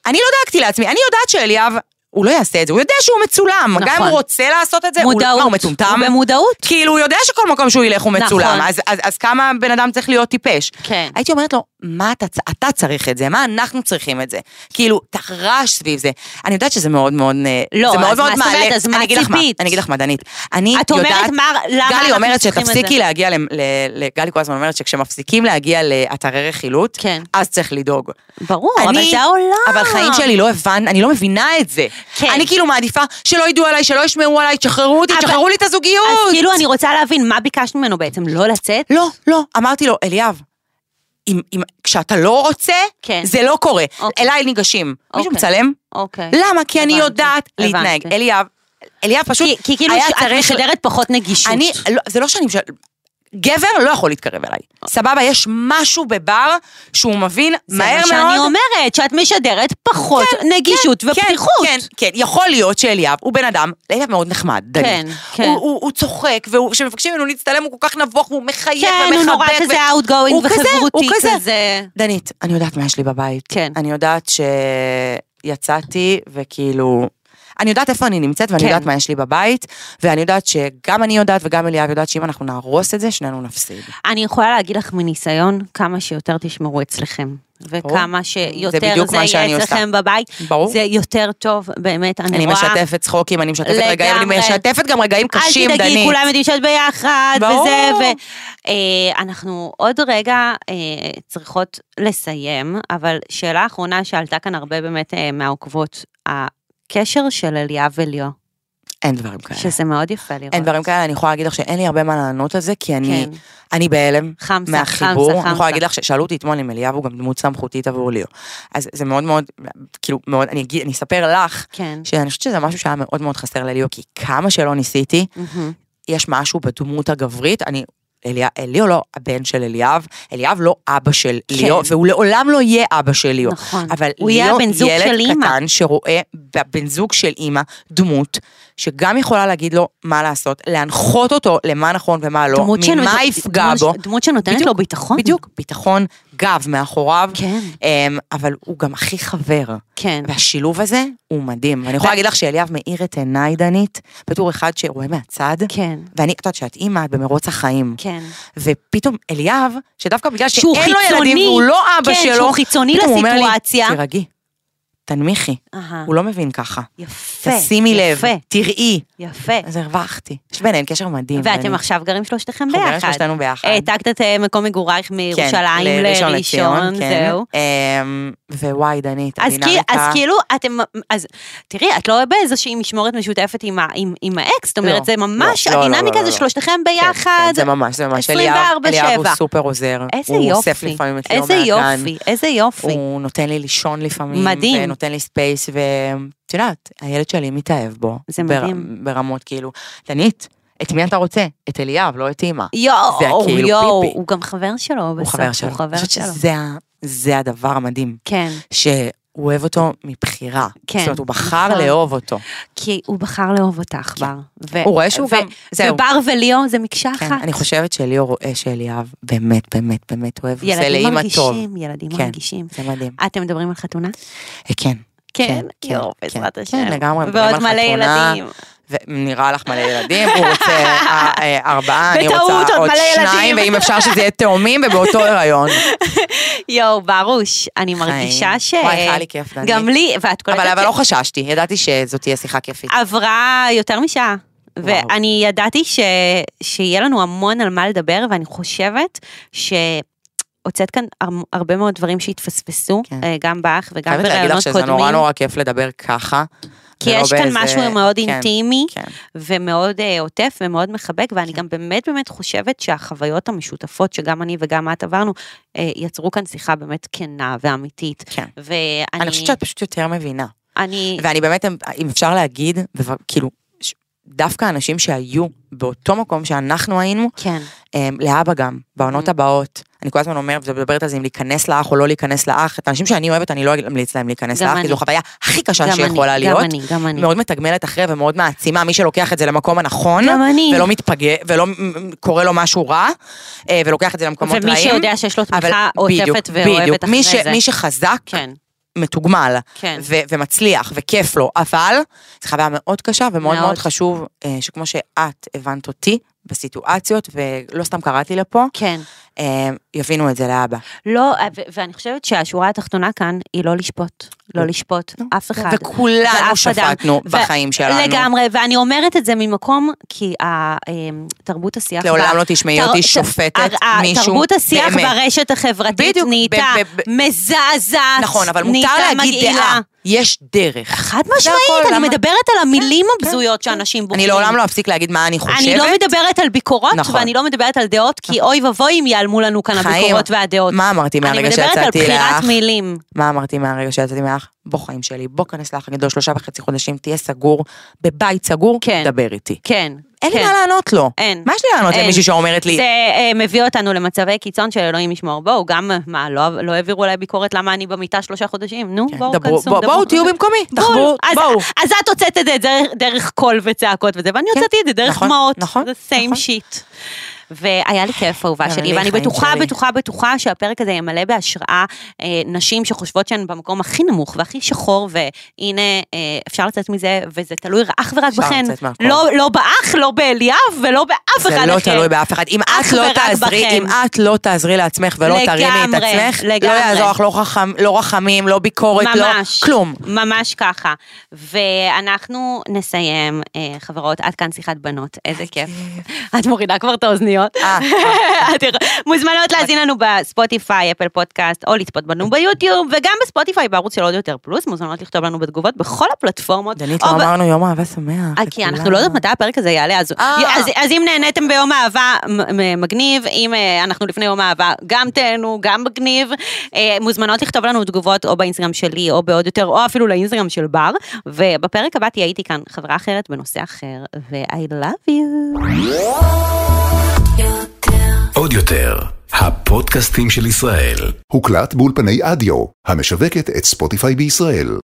S2: אני לא דאגתי לעצמי, אני יודעת שאליאב, הוא לא יעשה את זה, הוא יודע שהוא מצולם.
S1: נכון.
S2: גם אם הוא רוצה לעשות את זה, הוא-
S1: מודעות.
S2: מה, הוא מטומטם?
S1: הוא במודעות.
S2: כאילו, הוא יודע שכל מקום שהוא ילך הוא
S1: נכון.
S2: מצולם, אז- אז- אז כמה בן אדם צריך להיות טיפש?
S1: כן.
S2: הייתי אומרת לו, מה אתה, צ- אתה צריך את זה, מה אנחנו צריכים את זה? כאילו, תחרש סביב זה. אני יודעת שזה מאוד מאוד, אה,
S1: לא,
S2: זה
S1: אז
S2: מאוד מאוד
S1: מה זאת
S2: מעלה.
S1: אומרת? אז מה
S2: אני אגיד לך מה,
S1: ציפית?
S2: אני אגיד לך מה, דנית. אני
S1: את אומרת,
S2: יודעת-
S1: מה- למה
S2: גלי
S1: אנחנו
S2: אומרת
S1: צריכים את זה?
S2: שתפסיקי להגיע, ל- ל- ל- גלי כל הזמן אומרת שכשמפסיקים להגיע לאתרי רכילות,
S1: כן.
S2: אז צריך לדאוג.
S1: ברור, לא, אבל
S2: אני-
S1: זה העולם.
S2: אבל חיים שלי לא הבנת, אני לא מבינה את זה.
S1: כן.
S2: אני כאילו מעדיפה שלא ידעו עליי, שלא ישמעו עליי, תשחררו אותי,
S1: אבל-
S2: תשחררו לי את הזוגיות.
S1: אז כאילו אני רוצה להבין, מה ביקשת ממנו בעצם? לא לצאת?
S2: לא, לא. אמרתי לו, אליאב, אם, אם, כשאתה לא רוצה,
S1: כן.
S2: זה לא קורה.
S1: אוקיי.
S2: אליי ניגשים. מישהו
S1: אוקיי.
S2: מצלם?
S1: אוקיי.
S2: למה? כי אני
S1: הבנתי,
S2: יודעת
S1: הבנתי.
S2: להתנהג. אליאב, אליאב פשוט
S1: כי- כי כאילו
S2: היה
S1: את
S2: צריך...
S1: משדרת פחות נגישות.
S2: אני, לא, זה לא שאני... משל- גבר לא יכול להתקרב אליי. סבבה, יש משהו בבר שהוא מבין
S1: זה
S2: מהר
S1: מה
S2: מאוד.
S1: שאני אומרת, שאת משדרת פחות נגישות ופתיחות.
S2: כן, כן, יכול להיות שאליאב הוא בן אדם, אליאב מאוד נחמד, דנית.
S1: כן, כן.
S2: הוא, הוא, הוא צוחק, וכשמבקשים ממנו להצטלם הוא כל כך נבוך, והוא מחייך
S1: כן,
S2: ומחבק.
S1: הוא נורא
S2: ו-
S1: כזה outgoing
S2: הוא כזה,
S1: וחברותי
S2: הוא כזה.
S1: כזה.
S2: דנית, אני יודעת מה יש לי בבית.
S1: כן.
S2: אני יודעת שיצאתי, וכאילו... אני יודעת איפה אני נמצאת, ואני
S1: כן.
S2: יודעת מה יש לי בבית, ואני יודעת שגם אני יודעת וגם אליאב יודעת שאם אנחנו נהרוס את זה, שנינו נפסיד.
S1: אני יכולה להגיד לך מניסיון, כמה שיותר תשמרו אצלכם. וכמה שיותר
S2: בדיוק
S1: זה
S2: מה שאני
S1: יהיה
S2: עושה.
S1: אצלכם בבית,
S2: ברור.
S1: זה יותר טוב, באמת, אני
S2: אני
S1: רואה...
S2: משתפת צחוקים, אני משתפת רגעים, אני
S1: לגמרי.
S2: משתפת גם רגעים קשים,
S1: אל תדאגי,
S2: דנית.
S1: כולם יודעים שאת ביחד,
S2: ברור.
S1: וזה, ו... אה, אנחנו עוד רגע אה, צריכות לסיים, אבל שאלה אחרונה שעלתה כאן הרבה באמת אה, מהעוקבות, הקשר של אליה וליאו,
S2: אין דברים כאלה.
S1: שזה מאוד יפה לראות.
S2: כן. אין דברים כאלה, אני יכולה להגיד לך שאין לי הרבה מה לענות על זה, כי אני,
S1: כן.
S2: אני בהלם.
S1: חמסה,
S2: מהחיבור,
S1: חמסה,
S2: אני
S1: חמסה.
S2: יכולה להגיד לך ששאלו אותי אתמול אם אליאב הוא גם דמות סמכותית עבור ליאו. אז זה מאוד מאוד, כאילו, מאוד, אני אגיד, אני אספר לך,
S1: כן.
S2: שאני חושבת שזה משהו שהיה מאוד מאוד חסר לליאו, כי כמה שלא ניסיתי,
S1: מהמם.
S2: יש משהו בדמות הגברית, אני... אליה, אליהו לא הבן של אליאב, אליאב לא אבא של
S1: כן.
S2: ליאו, והוא לעולם לא יהיה אבא של ליאו.
S1: נכון.
S2: אבל
S1: הוא יהיה
S2: ליאו
S1: הבן זוג
S2: ילד
S1: של אימא.
S2: קטן שרואה בבן זוג של אימא דמות שגם יכולה להגיד לו מה לעשות, להנחות אותו למה נכון ומה לא,
S1: דמות
S2: ממה
S1: שנות-
S2: יפגע
S1: דמות-
S2: בו.
S1: דמות שנותנת
S2: בדיוק,
S1: לו ביטחון.
S2: בדיוק, ביטחון גב מאחוריו,
S1: כן.
S2: אמ, אבל הוא גם הכי חבר.
S1: כן.
S2: והשילוב הזה הוא מדהים. ואני יכולה להגיד לך שאליאב מאיר את עיניי, דנית, בתור אחד שרואה מהצד.
S1: כן.
S2: ואני, את יודעת שאת אימא, את במרוץ החיים.
S1: כן.
S2: ופתאום אליאב, שדווקא בגלל
S1: שהוא
S2: שאין לו ילדים,
S1: חיצוני,
S2: והוא לא אבא
S1: כן,
S2: שלו,
S1: שהוא חיצוני
S2: פתאום הוא אומר לי,
S1: לסיטואציה.
S2: תירגעי, תנמיכי,
S1: אהה.
S2: הוא לא מבין ככה.
S1: יפה.
S2: תשימי לב,
S1: יפה.
S2: תראי.
S1: יפה.
S2: אז הרווחתי. יש ביניהם קשר מדהים.
S1: ואתם
S2: דנית.
S1: עכשיו גרים שלושתכם
S2: אנחנו גרים
S1: ביחד.
S2: שלושתנו ביחד.
S1: העתקת את אה, מקום מגורייך
S2: כן,
S1: מירושלים
S2: לראשון
S1: לראשון,
S2: לציון, כן.
S1: זהו.
S2: אמ, ווואי, דנית,
S1: אז, כי,
S2: הדינמיקה...
S1: אז כאילו, אתם, אז תראי, את לא באיזושהי משמורת משותפת עם, ה- עם, עם האקס, זאת אומרת,
S2: לא,
S1: זה ממש,
S2: לא, לא, לא,
S1: הדינמיקה
S2: לא,
S1: זה
S2: לא.
S1: שלושתכם
S2: כן,
S1: ביחד.
S2: כן, זה ממש, זה ממש. אליאב-
S1: 24/7.
S2: אליאב הוא סופר עוזר.
S1: איזה
S2: הוא
S1: יופי.
S2: אוסף לפעמים את ליאור
S1: איזה
S2: מהגן.
S1: יופי, איזה יופי.
S2: הוא נותן לי לישון לפעמים.
S1: מדהים.
S2: ונותן לי ספייס, ואת יודעת, הילד שלי מתאהב בו.
S1: זה
S2: בר-
S1: מדהים.
S2: ברמות כאילו, דנית. את מי אתה רוצה? את אליאב, לא את אימא.
S1: יואו,
S2: זה היה כאילו
S1: יואו,
S2: פיפי.
S1: הוא גם חבר שלו בסוף.
S2: הוא חבר שלו.
S1: הוא חבר
S2: אני חושבת
S1: שלו.
S2: שזה ה- זה הדבר המדהים,
S1: כן,
S2: שהוא אוהב אותו מבחירה.
S1: כן,
S2: זאת אומרת, הוא בחר
S1: נכון.
S2: לאהוב אותו.
S1: כי הוא בחר לאהוב אותך, בר. ו-
S2: כן. הוא רואה שהוא
S1: ו-
S2: גם... זהו.
S1: ובר וליאור זה מקשה
S2: כן,
S1: אחת.
S2: אני חושבת שליאור רואה שאליאב באמת באמת באמת אוהב, הוא עושה
S1: ילדים
S2: לאימא טוב.
S1: מרגישים, ילדים
S2: כן.
S1: מרגישים.
S2: זה מדהים.
S1: אתם מדברים על חתונה?
S2: אה, כן.
S1: כן,
S2: כן,
S1: יואו,
S2: כן,
S1: בעזרת
S2: כן,
S1: השם.
S2: לגמרי, מדברים
S1: ועוד
S2: על
S1: מלא
S2: חתונה.
S1: ילדים.
S2: ונראה לך מלא ילדים, הוא רוצה אה, אה, ארבעה, אני
S1: בטעות עוד
S2: רוצה עוד
S1: מלא ילדים.
S2: שניים, ואם אפשר שזה יהיה תאומים ובאותו הריון.
S1: יואו, ברוש, אני
S2: חיים.
S1: מרגישה ש...
S2: וואי, היה לי כיף, דנית.
S1: גם לי, ואת קולטת...
S2: אבל אבל
S1: ש-
S2: לא חששתי, ידעתי שזאת תהיה שיחה כיפית.
S1: אה, עברה יותר משעה.
S2: וואו.
S1: ואני ידעתי ש... שיהיה לנו המון על מה לדבר, ואני חושבת שהוצאת כאן הר- הרבה מאוד דברים שהתפספסו,
S2: כן.
S1: אה, גם בך וגם
S2: חייבת להגיד לך
S1: בראיונות
S2: שזה נורא
S1: קודמים,
S2: נורא כיף לדבר ככה.
S1: כי
S2: ולא
S1: יש כאן
S2: באיזה-
S1: משהו מאוד
S2: כן,
S1: אינטימי
S2: כן.
S1: ומאוד אה, עוטף ומאוד מחבק, ואני גם באמת באמת חושבת שהחוויות המשותפות שגם אני וגם את עברנו, אה, יצרו כאן שיחה באמת כנה ואמיתית.
S2: כן.
S1: ואני...
S2: אני חושבת שאת פשוט יותר מבינה.
S1: אני...
S2: ואני באמת, אם אפשר להגיד, בב- כאילו, ש- דווקא אנשים שהיו באותו מקום שאנחנו היינו,
S1: כן,
S2: אמ, לאבא גם, בעונות
S1: Mm.
S2: הבאות. אני כל הזמן אומרת ומדברת על זה אם להיכנס לאח או לא להיכנס לאח. את האנשים שאני אוהבת, אני לא אמליץ להם להיכנס
S1: גם
S2: לאח, כי זו
S1: אני.
S2: חוויה הכי קשה
S1: גם אני,
S2: שיכולה
S1: גם
S2: להיות.
S1: אני, גם אני.
S2: מאוד מתגמלת אחרי ומאוד מעצימה מי שלוקח את זה למקום הנכון,
S1: גם אני.
S2: ולא מתפגע, ולא מ- מ- קורה לו משהו רע, אה, ולוקח את זה למקומות רעים.
S1: ומי שיודע שיש לו
S2: אבל
S1: תמיכה
S2: בדיוק,
S1: עוטפת ואוהבת
S2: בדיוק. מי
S1: אחרי
S2: ש-
S1: זה.
S2: מי שחזק,
S1: כן,
S2: מתוגמל,
S1: כן.
S2: ו- ומצליח, וכיף לו, אבל זו חוויה מאוד קשה ומאוד
S1: מאוד.
S2: מאוד חשוב, אה, שכמו שאת הבנת אותי בסיטואציות, ולא סתם קראתי לפה,
S1: כן.
S2: אה, יבינו את זה לאבא.
S1: לא, ו- ואני חושבת שהשורה התחתונה כאן היא לא לשפוט. לא לשפוט
S2: לא,
S1: אף אחד.
S2: וכולנו
S1: ואף אדם.
S2: שפטנו
S1: ו-
S2: בחיים שלנו.
S1: לגמרי, ואני אומרת את זה ממקום, כי התרבות השיח...
S2: את לעולם
S1: בה-
S2: לא תשמעי
S1: תר-
S2: אותי
S1: ת-
S2: שופטת
S1: ה-
S2: מישהו.
S1: תרבות השיח
S2: באמת.
S1: ברשת החברתית
S2: בדיוק, ב-
S1: נהייתה
S2: ב- ב-
S1: מזעזעת,
S2: נכון, אבל
S1: נהייתה
S2: מותר להגיד
S1: מגעילה.
S2: דעה. יש דרך.
S1: חד
S2: זה
S1: משמעית,
S2: הכל,
S1: אני
S2: למה-
S1: מדברת על המילים
S2: כן,
S1: הבזויות
S2: כן.
S1: שאנשים בוחרים.
S2: אני לעולם לא אפסיק להגיד מה אני חושבת.
S1: אני לא מדברת על ביקורות,
S2: נכון.
S1: ואני לא מדברת על דעות, כי אוי ואבוי אם ייעלמו לנו כאן
S2: חיים,
S1: הביקורות והדעות.
S2: מה אמרתי
S1: אני
S2: מהרגע
S1: מדברת על
S2: שיצאתי
S1: בחירת
S2: לאח?
S1: מילים.
S2: מה אמרתי מהרגע שיצאתי מהאח? בוא חיים שלי, בוא כנס לאח הגדול שלושה וחצי חודשים, תהיה סגור, בבית סגור,
S1: כן.
S2: דבר איתי.
S1: כן.
S2: אין לי
S1: כן.
S2: מה לענות לו.
S1: אין.
S2: מה יש לי לענות
S1: אין.
S2: למישהי שאומרת לי,
S1: זה אה, מביא אותנו למצבי קיצון של אלוהים ישמור. בואו, גם, אה, מה, לא- לא העבירו אליי ביקורת למה אני במיטה שלושה חודשים? נו,
S2: כן,
S1: בואו,
S2: דברו,
S1: כנסו,
S2: בואו, בואו תהיו במקומי, תחברו,
S1: אז-
S2: בואו.
S1: אז את הוצאת את זה דרך- דרך קול וצעקות וזה, ואני
S2: כן,
S1: הוצאתי את זה דרך
S2: נכון,
S1: דמעות.
S2: נכון,
S1: זה סיים
S2: נכון.
S1: שיט. והיה לי כיף, אהובה
S2: גם
S1: שלי,
S2: לי,
S1: ואני
S2: חיים
S1: בטוחה,
S2: שלי.
S1: בטוחה, בטוחה שהפרק הזה ימלא בהשראה אה, נשים שחושבות שהן במקום הכי נמוך והכי שחור, והנה, אה, אפשר לצאת מזה, וזה תלוי אך ורק
S2: אפשר
S1: בכן.
S2: לצאת מהכל.
S1: לא לא באח, לא באליאב ולא באף
S2: זה
S1: אחד
S2: לא
S1: אחר.
S2: תלוי באף אחד. אם
S1: אך
S2: את לא
S1: ורק
S2: תעזרי,
S1: בכם.
S2: אם את לא תעזרי לעצמך ולא תרימי את
S1: לגמרי,
S2: עצמך, לא
S1: לגמרי.
S2: יעזור לך לא חכם- לא רחמים, לא ביקורת, לא
S1: ממש,
S2: כלום.
S1: ממש ככה. ואנחנו נסיים, אה, חברות, עד כאן שיחת בנות, איזה כיף. את מורידה כבר את האוזניות.
S2: אה,
S1: את יכולה- מוזמנות להזין לנו בספוטיפיי, אפל פודקאסט, או לצפות בנו ביוטיוב, וגם בספוטיפיי, בערוץ של עוד יותר פלוס, מוזמנות לכתוב לנו בתגובות בכל הפלטפורמות.
S2: דנית,
S1: או
S2: לא
S1: ב-
S2: אמרנו יום אהבה שמח.
S1: אה, כי אנחנו
S2: לכולם.
S1: לא יודעות מתי הפרק הזה יעלה, אז,
S2: אה.
S1: אז, אז אם נהניתם ביום אהבה, מ- מ- מגניב, אם אה, אנחנו לפני יום אהבה, גם תהנו, גם מגניב. אה, מוזמנות לכתוב לנו תגובות או באינסטגרם שלי, או בעוד יותר, או אפילו לאינסטגרם של בר. ובפרק הבא תהיה איתי כאן חברה אחרת בנושא אחר, ו-I love you.
S3: עוד יותר, הפודקאסטים של ישראל.
S4: הוקלט באולפני אדיו, המשווקת את ספוטיפיי בישראל.